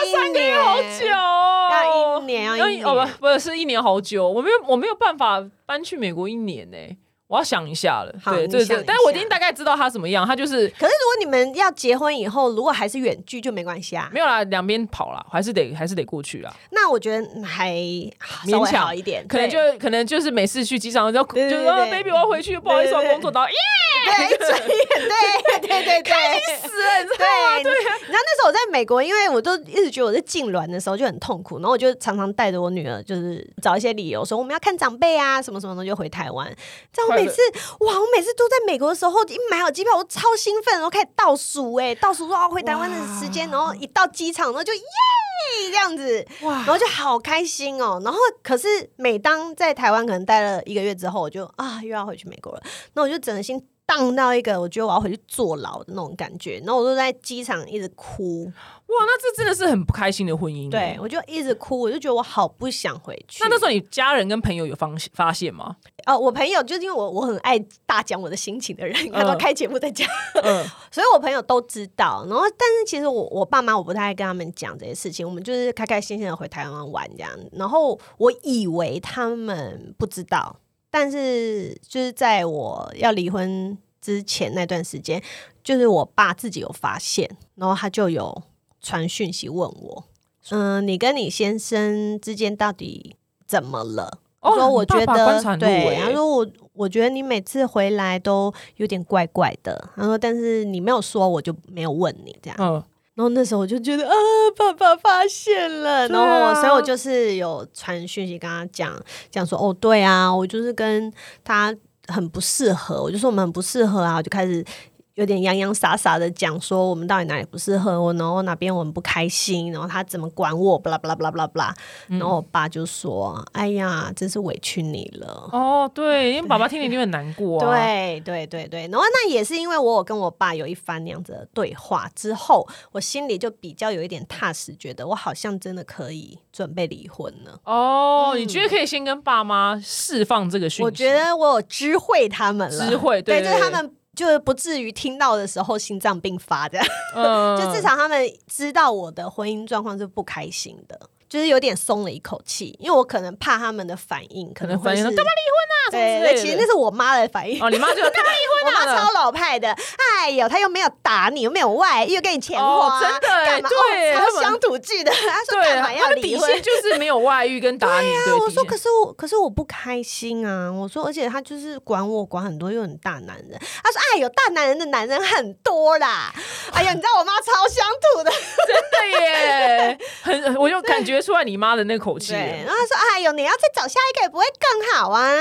Speaker 1: 一定要一
Speaker 2: 啊三个月
Speaker 1: 年，
Speaker 2: 好久、哦，
Speaker 1: 要一年要一年
Speaker 2: 哦不不是一年好久，我没有我没有办法搬去美国一年呢、我要想一下了。
Speaker 1: 好
Speaker 2: 对
Speaker 1: 你
Speaker 2: 对
Speaker 1: 想
Speaker 2: 对
Speaker 1: 一，
Speaker 2: 但是我已
Speaker 1: 下
Speaker 2: 经大概知道他什么样，他就是
Speaker 1: 可是如果你们要结婚以后，如果还是远距就没关系啊。
Speaker 2: 没有啦，两边跑啦，还是得还是得过去啦，
Speaker 1: 那我觉得嗯还稍微
Speaker 2: 勉强
Speaker 1: 好一点，
Speaker 2: 可能就
Speaker 1: 对
Speaker 2: 可能就是每次去机场就
Speaker 1: 对对
Speaker 2: 就是
Speaker 1: 对
Speaker 2: 啊
Speaker 1: 对
Speaker 2: ，baby 我要回去，不好意思，
Speaker 1: 对
Speaker 2: 我
Speaker 1: 对
Speaker 2: 工作到耶
Speaker 1: 对对对对对对。
Speaker 2: 死了，你知道
Speaker 1: 对，
Speaker 2: 吗？对。啊
Speaker 1: 你知道那时候我在美国，因为我都一直觉得我在痉挛的时候就很痛苦，然后我就常常带着我女儿，就是找一些理由说我们要看长辈啊，什么什么的，就回台湾。这样我
Speaker 2: 快乐
Speaker 1: 每次哇，我每次都在美国的时候，一买好机票，我超兴奋，然后开始倒数，哎，倒数说哦回台湾的时间，然后一到机场，然后就耶这样子，
Speaker 2: 哇
Speaker 1: 然后就好开心哦。然后可是每当在台湾可能待了一个月之后，我就啊又要回去美国了，那我就整个心。荡到一个我觉得我要回去坐牢的那种感觉，然后我就在机场一直哭，
Speaker 2: 哇，那这真的是很不开心的婚姻。欸
Speaker 1: 对。我就一直哭，我就觉得我好不想回去。
Speaker 2: 嗯那那时候你家人跟朋友有发现发现吗？
Speaker 1: 呃，我朋友就是因为我我很爱大讲我的心情的人，他都开节目在讲，
Speaker 2: 嗯，
Speaker 1: 所以我朋友都知道。然后，但是其实我我爸妈我不太爱跟他们讲这些事情，我们就是开开心心的回台湾玩这样。然后我以为他们不知道，但是就是在我要离婚之前那段时间，就是我爸自己有发现，然后他就有传讯息问我，嗯、你跟你先生之间到底怎么了？
Speaker 2: 哦
Speaker 1: 他说我觉
Speaker 2: 你
Speaker 1: 得
Speaker 2: 爸爸观察很入欸
Speaker 1: 对，
Speaker 2: 微
Speaker 1: 他说我我觉得你每次回来都有点怪怪的。他说，但是你没有说，我就没有问你这样。
Speaker 2: 嗯，
Speaker 1: 然后那时候我就觉得啊，爸爸发现了，
Speaker 2: 对
Speaker 1: 然
Speaker 2: 啊
Speaker 1: 后我所以我就是有传讯息跟他讲，讲说哦，对啊，我就是跟他很不适合，我就说我们很不适合啊，我就开始。有点洋洋洒洒的讲说我们到底哪里不适合我，然后哪边我们不开心，然后他怎么管我，巴拉巴拉巴拉巴拉巴拉。
Speaker 2: 嗯
Speaker 1: 然后我爸就说：“哎呀，真是委屈你了。
Speaker 2: 哦，对，因为爸爸听了一定会很难过啊。
Speaker 1: 对对对对，然后那也是因为我有跟我爸有一番那样子的对话之后，我心里就比较有一点踏实，觉得我好像真的可以准备离婚了。
Speaker 2: 哦，你觉得可以先跟爸妈释放这个讯息？
Speaker 1: 嗯我觉得我有知会他们了，
Speaker 2: 知会
Speaker 1: 对
Speaker 2: 对
Speaker 1: 就是
Speaker 2: 对
Speaker 1: 他们。就是不至于听到的时候心脏病发这样，
Speaker 2: 嗯，
Speaker 1: 就至少他们知道我的婚姻状况是不开心的，就是有点松了一口气，因为我可能怕他们的反应，可
Speaker 2: 可
Speaker 1: 能
Speaker 2: 能
Speaker 1: 会
Speaker 2: 反应
Speaker 1: 是
Speaker 2: 说干嘛离婚啊？什
Speaker 1: 对，
Speaker 2: 么之类
Speaker 1: 那
Speaker 2: 的
Speaker 1: 其实那是我妈的反应，
Speaker 2: 哦，你妈就干嘛
Speaker 1: 我
Speaker 2: 离
Speaker 1: 妈
Speaker 2: 婚啊？
Speaker 1: 超老派的，哎呦，她又没有打你，又没有外遇，又给你钱花，
Speaker 2: 哦真的
Speaker 1: 干嘛？
Speaker 2: 对
Speaker 1: 哦
Speaker 2: 他
Speaker 1: 超
Speaker 2: 们
Speaker 1: 乡土剧的，她说
Speaker 2: 对，
Speaker 1: 干嘛要
Speaker 2: 他的
Speaker 1: 离
Speaker 2: 底
Speaker 1: 婚啊
Speaker 2: 线？就是没有外遇跟打你。对，
Speaker 1: 我
Speaker 2: 底
Speaker 1: 说，
Speaker 2: 线
Speaker 1: 可是我，可是我不开心啊！我说，而且他就是管我，管很多，又很大男人。他说，哎呦，大男人的男人很多 啦！哎呀，你知道我妈超乡土的，
Speaker 2: 真的耶，很，我就感觉出来你妈的那口气了。
Speaker 1: 对。然后她说，哎呦，你要再找下一个也不会更好啊！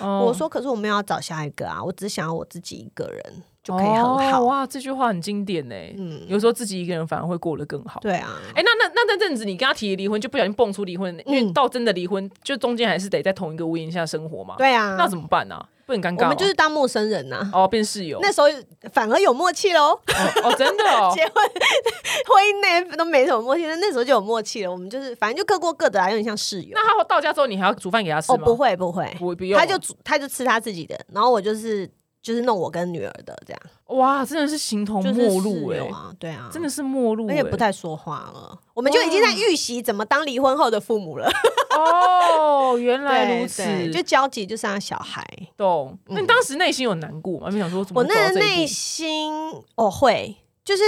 Speaker 2: 哦
Speaker 1: 我说，可是我没有要找下一个啊，我只想要我自己一个人就可以很
Speaker 2: 哦
Speaker 1: 好。
Speaker 2: 哇，这句话很经典呢。
Speaker 1: 嗯，
Speaker 2: 有时候自己一个人反而会过得更好。
Speaker 1: 对啊，
Speaker 2: 哎、那那那那阵子，你跟他提离婚，就不小心蹦出离婚，因为
Speaker 1: 嗯
Speaker 2: 到真的离婚，就中间还是得在同一个屋檐下生活嘛。
Speaker 1: 对啊，
Speaker 2: 那怎么办呢、啊？不很尴尬、
Speaker 1: 我
Speaker 2: 哦。
Speaker 1: 们就是当陌生人呐、
Speaker 2: 哦，变室友。
Speaker 1: 那时候反而有默契喽，。
Speaker 2: 哦哦，真的 哦
Speaker 1: 结婚婚姻那都没什么默契，但那时候就有默契了。我们就是反正就各过各的啊，有点像室友。
Speaker 2: 那他到家之后，你还要煮饭给他吃
Speaker 1: 哦，
Speaker 2: 吗？
Speaker 1: 不会不会，
Speaker 2: 不，不用。
Speaker 1: 他就煮他就吃他自己的，然后我就是就是弄我跟女儿的这样，
Speaker 2: 哇，真的是形同
Speaker 1: 就是
Speaker 2: 陌路
Speaker 1: 室
Speaker 2: 哎、
Speaker 1: 友啊，对啊，
Speaker 2: 真的是陌路、欸，
Speaker 1: 而且不太说话了，我们就已经在预习怎么当离婚后的父母了。
Speaker 2: 哦，原 来
Speaker 1: 对
Speaker 2: 如此，
Speaker 1: 对就交集就剩下小孩。
Speaker 2: 懂。那你当时内心有难过吗？没想说怎么
Speaker 1: 我
Speaker 2: 会走到
Speaker 1: 那
Speaker 2: 这
Speaker 1: 个
Speaker 2: 一步
Speaker 1: 内心我会，就是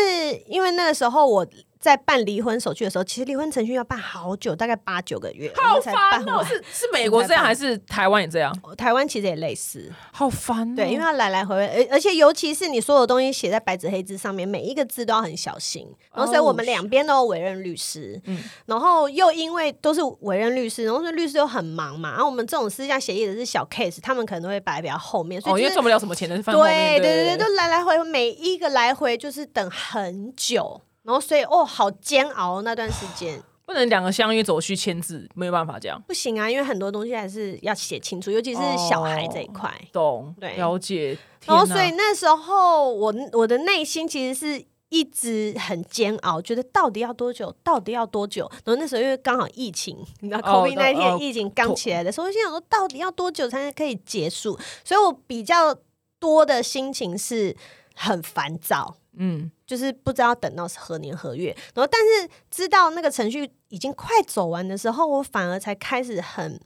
Speaker 1: 因为那个时候我在办离婚手续的时候，其实离婚程序要办好久，大概八九个月，我
Speaker 2: 好
Speaker 1: 们才办
Speaker 2: 烦哦、
Speaker 1: 完。
Speaker 2: 是是美国这样还是台湾也这样？
Speaker 1: 台湾其实也类似，
Speaker 2: 好烦、哦
Speaker 1: 对，因为它来来回回，而而且尤其是你所有东西写在白纸黑字上面，每一个字都要很小心。然后，所以我们
Speaker 2: 哦
Speaker 1: 两边都有委任律师，
Speaker 2: 嗯
Speaker 1: 然后又因为都是委任律师，然后所以律师又很忙嘛。然后我们这种私下协议的是小 case，他们可能都会摆比较后面，所
Speaker 2: 哦，
Speaker 1: 以
Speaker 2: 因
Speaker 1: 就
Speaker 2: 为
Speaker 1: 是、
Speaker 2: 赚不了什么钱的，放在后
Speaker 1: 对
Speaker 2: 面
Speaker 1: 对对
Speaker 2: 对
Speaker 1: 对，就来来回回每一个来回就是等很久，然后所以哦，好煎熬那段时 间。
Speaker 2: 不能两个相约走去签字，没有办法这样。
Speaker 1: 不行啊，因为很多东西还是要写清楚，尤其是小孩这一块。
Speaker 2: 懂，
Speaker 1: 对
Speaker 2: 了解。
Speaker 1: 然后，
Speaker 2: 哦天
Speaker 1: 所
Speaker 2: 哪
Speaker 1: 以那时候我我的内心其实是一直很煎熬，觉得到底要多久，到底要多久？然后那时候因为刚好疫情，你知道
Speaker 2: 哦
Speaker 1: COVID 那
Speaker 2: 哦
Speaker 1: 天
Speaker 2: 哦
Speaker 1: 疫情刚起来的时候，我心想说到底要多久才可以结束？所以我比较多的心情是很烦躁。
Speaker 2: 嗯，
Speaker 1: 就是不知道等到何年何月，然后但是知道那个程序已经快走完的时候，我反而才开始很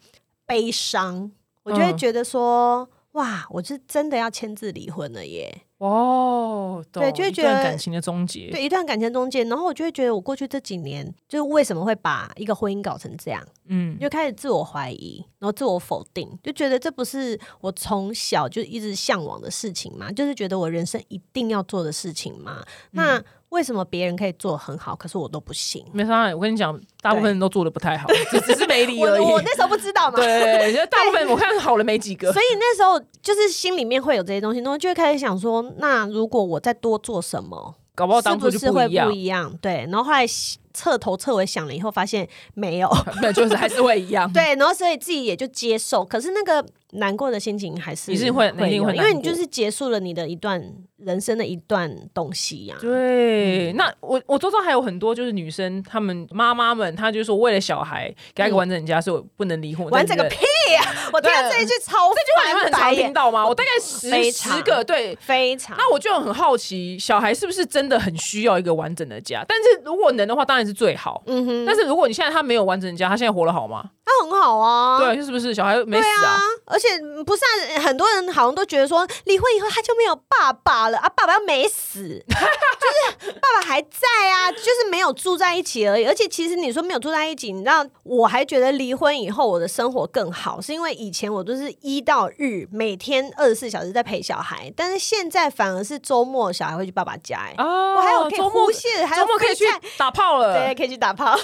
Speaker 1: 悲伤，我就会
Speaker 2: 嗯
Speaker 1: 觉得说，哇，我是真的要签字离婚了耶！
Speaker 2: 哦，懂
Speaker 1: 对就会
Speaker 2: 一
Speaker 1: 觉
Speaker 2: 段
Speaker 1: 得
Speaker 2: 感情的终结。
Speaker 1: 对，一段感情中间，然后我就会觉得我过去这几年，就是为什么会把一个婚姻搞成这样，
Speaker 2: 嗯，
Speaker 1: 就开始自我怀疑，然后自我否定，就觉得这不是我从小就一直向往的事情嘛，就是觉得我人生一定要做的事情嘛，那。为什么别人可以做得很好，可是我都不行？
Speaker 2: 没啥，我跟你讲，大部分人都做的不太好，只只是 没理而已。
Speaker 1: 我我那时候不知道嘛，
Speaker 2: 对对对，就大部分我看好了没几个
Speaker 1: 所。以那时候就是心里面会有这些东西，然后就会开始想说，那如果我再多做什么，
Speaker 2: 搞不好
Speaker 1: 是
Speaker 2: 当初
Speaker 1: 不
Speaker 2: 就是
Speaker 1: 会
Speaker 2: 一样
Speaker 1: 不，一样？对，然后后来彻头彻尾想了以后，发现没 有。
Speaker 2: 那就是还是会一样。，
Speaker 1: 对，然后所以自己也就接受，可是那个难过的心情还是
Speaker 2: 你是会
Speaker 1: 有
Speaker 2: 一定会
Speaker 1: 因为
Speaker 2: 难
Speaker 1: 你
Speaker 2: 过
Speaker 1: 就是结束了你的一段人生的一段东西呀、嗯
Speaker 2: 对，那我我周遭还有很多就是女生，她们妈妈们，她就说为了小孩给她一个
Speaker 1: 嗯
Speaker 2: 完整家，所以我不能离婚。
Speaker 1: 玩这
Speaker 2: 但
Speaker 1: 个
Speaker 2: 是
Speaker 1: 屁呀、 我听到这一句超
Speaker 2: 这话你们
Speaker 1: 翻
Speaker 2: 很常
Speaker 1: 白
Speaker 2: 听
Speaker 1: 眼，
Speaker 2: 到吗？我大概十
Speaker 1: 非常
Speaker 2: 十个对。
Speaker 1: 非常。
Speaker 2: 那我就很好奇，小孩是不是真的很需要一个完整的家？但是如果能的话，当然是最好。
Speaker 1: 嗯哼，
Speaker 2: 但是如果你现在他没有完整的家，他现在活得好吗？
Speaker 1: 那很好啊。
Speaker 2: 对，是不是小孩没死啊？
Speaker 1: 而且嗯不是、啊、很多人好像都觉得说离婚以后他就没有爸爸了啊，爸爸又没死，就是爸爸还在啊， 就是没有住在一起而已。而且其实你说没有住在一起，你知道我还觉得离婚以后我的生活更好，是因为以前我都是一到日每天二十四小时在陪小孩，但是现在反而是周末小孩会去爸爸家、欸，
Speaker 2: 哦
Speaker 1: 我还有可以
Speaker 2: 周
Speaker 1: 呼
Speaker 2: 末
Speaker 1: 吸，还有
Speaker 2: 周末可以去
Speaker 1: 飞菜
Speaker 2: 打炮了
Speaker 1: 对，，可以去打炮，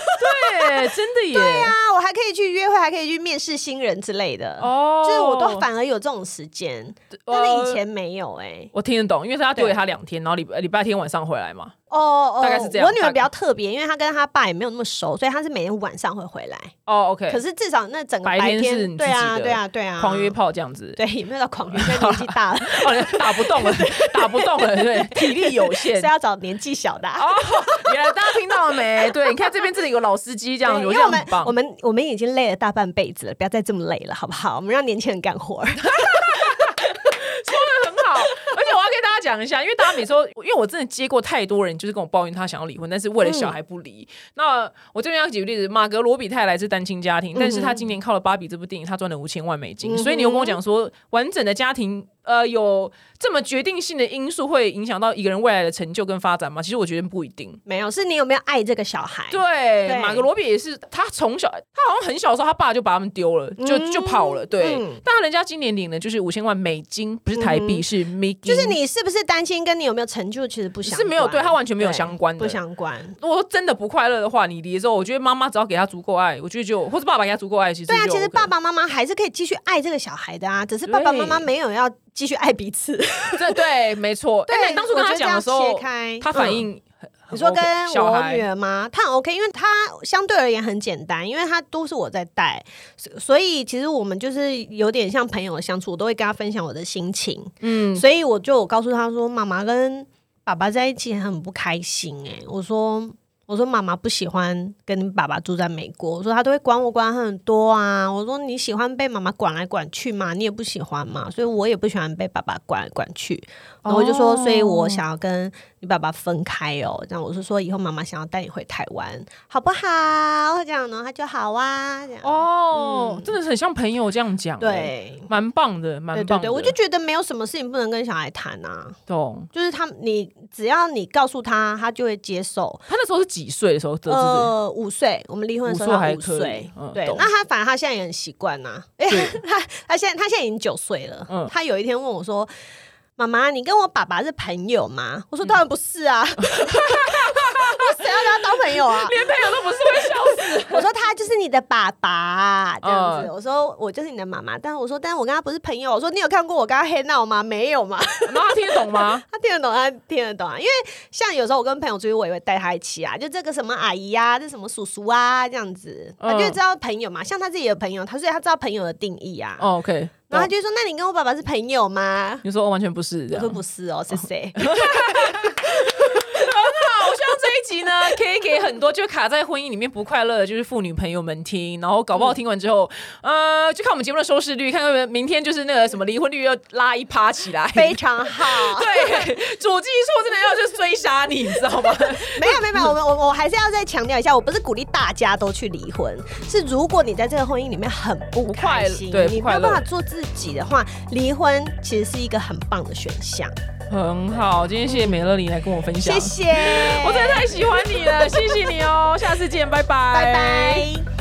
Speaker 2: 对，真的耶。对
Speaker 1: 啊，我还可以去约会，还可以去面试新人之类的。
Speaker 2: 哦，呃
Speaker 1: 就是我都反而有这种时间，但是以前没有哎、
Speaker 2: 我听得懂，因为他丢给
Speaker 1: 对
Speaker 2: 他两天，然后礼拜礼拜天晚上回来嘛。
Speaker 1: 哦哦，
Speaker 2: 大概是这样
Speaker 1: 我女
Speaker 2: 大
Speaker 1: 儿
Speaker 2: 概
Speaker 1: 比较特别，因为她跟她爸也没有那么熟，所以她是每天晚上会回来。
Speaker 2: 哦，OK，
Speaker 1: 可是至少那整个
Speaker 2: 白天
Speaker 1: 天，
Speaker 2: 是你自己
Speaker 1: 对啊
Speaker 2: 的
Speaker 1: 对啊对啊，
Speaker 2: 狂约炮这样子，
Speaker 1: 对，也没有到狂约，因为年纪 大了，
Speaker 2: 哦，打不动了，打不动了，对，体力有限
Speaker 1: 是。要找年纪小的啊、
Speaker 2: 哦，原来大家听到了没？对，你看这边这里有老司机这样，
Speaker 1: 对
Speaker 2: 我
Speaker 1: 因
Speaker 2: 觉
Speaker 1: 为我
Speaker 2: 得
Speaker 1: 们
Speaker 2: 很棒
Speaker 1: 我。们我们已经累了大半辈子了，不要再这么累了，好不好？我们让年轻人干活 儿。
Speaker 2: 很好。而且我要跟大家讲一下，因为大家每周，因为我真的接过太多人，就是跟我抱怨他想要离婚，但是为了小
Speaker 1: 嗯
Speaker 2: 孩不离。那我这边要举个例子，马格罗比泰来自单亲家庭，但是他今年靠了《芭比》这部电影，他赚了五千万美金。
Speaker 1: 嗯嗯哼
Speaker 2: 所以你有跟我讲说，完整的家庭。呃，有这么决定性的因素会影响到一个人未来的成就跟发展吗？其实我觉得不一定。
Speaker 1: 没有，是你有没有爱这个小孩？
Speaker 2: 对，
Speaker 1: 对
Speaker 2: 马格罗比也是，他从小，他好像很小的时候，他爸就把他们丢了，就就跑了。对，
Speaker 1: 嗯
Speaker 2: 但人家今年领的就是五千万美金，不是台币，是美金，
Speaker 1: 就是你是不是担心跟你有没有成就其实不相
Speaker 2: 是没有，对
Speaker 1: 关
Speaker 2: 他完全没有相关的。
Speaker 1: 不相关。
Speaker 2: 如果真的不快乐的话，你离之后，我觉得妈妈只要给他足够爱，我觉得就或者爸爸给他足够爱，其实
Speaker 1: 对啊，
Speaker 2: 就
Speaker 1: 其实
Speaker 2: OK
Speaker 1: 爸爸妈妈还是可以继续爱这个小孩的啊，只是爸爸妈妈
Speaker 2: 对
Speaker 1: 没有要继续爱彼此。
Speaker 2: 这对没错。
Speaker 1: 对
Speaker 2: 但你当初跟他讲的时
Speaker 1: 我觉得这
Speaker 2: 候
Speaker 1: 样切开，嗯
Speaker 2: 他反应很
Speaker 1: 你
Speaker 2: 很
Speaker 1: 说
Speaker 2: OK，
Speaker 1: 跟
Speaker 2: 小
Speaker 1: 我女
Speaker 2: 孩嗯
Speaker 1: 儿吗？她很 OK，因为她相对而言很简单，因为她都是我在带，所所以其实我们就是有点像朋友的相处，我都会跟她分享我的心情，
Speaker 2: 嗯
Speaker 1: 所以我就有告诉她说，妈妈跟爸爸在一起很不开心、欸，我说我说妈妈不喜欢跟爸爸住在美国，我说她都会管我管很多啊。我说你喜欢被妈妈管来管去嘛，你也不喜欢嘛，所以我也不喜欢被爸爸管来管去。然后我就说，
Speaker 2: 哦
Speaker 1: 所以我想要跟你爸爸分开哦。这样我是说以后妈妈想要带你回台湾，好不好？这样呢，他就好啊。这样
Speaker 2: 哦，真的是很像朋友这样讲、
Speaker 1: 嗯
Speaker 2: 欸，
Speaker 1: 对。
Speaker 2: 蛮棒的，蛮
Speaker 1: 对
Speaker 2: 棒
Speaker 1: 对对，
Speaker 2: 的。
Speaker 1: 我就觉得没有什么事情不能跟小孩谈啊，
Speaker 2: 懂。
Speaker 1: 就是他你只要你告诉他，他就会接受。
Speaker 2: 他那时候是几岁的时候得知这个？
Speaker 1: 呃，五岁，我们离婚的时候
Speaker 2: 五岁
Speaker 1: 他
Speaker 2: 还
Speaker 1: 五
Speaker 2: 可以
Speaker 1: 岁，
Speaker 2: 嗯
Speaker 1: 对
Speaker 2: 懂。
Speaker 1: 那他反正他现在也很习惯呐，哎，
Speaker 2: 对
Speaker 1: 他他现在他现在已经九岁了。
Speaker 2: 嗯
Speaker 1: 他有一天问我说：“妈妈，你跟我爸爸是朋友吗？”我
Speaker 2: 嗯
Speaker 1: 说：“当然不是 啊，我谁要跟他当朋友啊？”
Speaker 2: 连朋友都不是会笑死。
Speaker 1: 我说他就是你的爸爸这样子，
Speaker 2: 嗯
Speaker 1: 我说我就是你的妈妈，但是我说，但是我跟他不是朋友。我说你有看过我跟他黑闹吗？没有嘛，
Speaker 2: 然后他听得懂吗？
Speaker 1: 他听得懂，他听得懂啊。因为像有时候我跟朋友出去，我也会带他一起啊，就这个什么阿姨啊，这什么叔叔啊这样子，他
Speaker 2: 嗯
Speaker 1: 就会知道朋友嘛。像他自己的朋友，他所以他知道朋友的定义啊。
Speaker 2: 哦，OK。
Speaker 1: 然后他
Speaker 2: 就
Speaker 1: 就说：“那你跟我爸爸是朋友吗
Speaker 2: 你说哦完全不是？”这
Speaker 1: 我
Speaker 2: 样。
Speaker 1: 说：“不是哦，是谁？
Speaker 2: 好，我希望这一集呢， 可以给很多就卡在婚姻里面不快乐的就是妇女朋友们听，然后搞不好听完之后，呃，就看我们节目的收视率，看看明天就是那个什么离婚率要拉一趴起来。
Speaker 1: 非常好。
Speaker 2: 对，主技术真的要去追杀你，你知道吗？
Speaker 1: 没有没有没有，我们我我还是要再强调一下，我不是鼓励大家都去离婚，是如果你在这个婚姻里面很不开心，
Speaker 2: 不快乐对
Speaker 1: 你
Speaker 2: 不
Speaker 1: 没
Speaker 2: 快
Speaker 1: 有
Speaker 2: 乐
Speaker 1: 办法做自己的话，离婚其实是一个很棒的选项。
Speaker 2: 很好，今天谢谢美乐你来跟我分享，
Speaker 1: 谢谢，
Speaker 2: 我真的太喜欢你了，谢谢你哦，下次见，拜拜，
Speaker 1: 拜拜。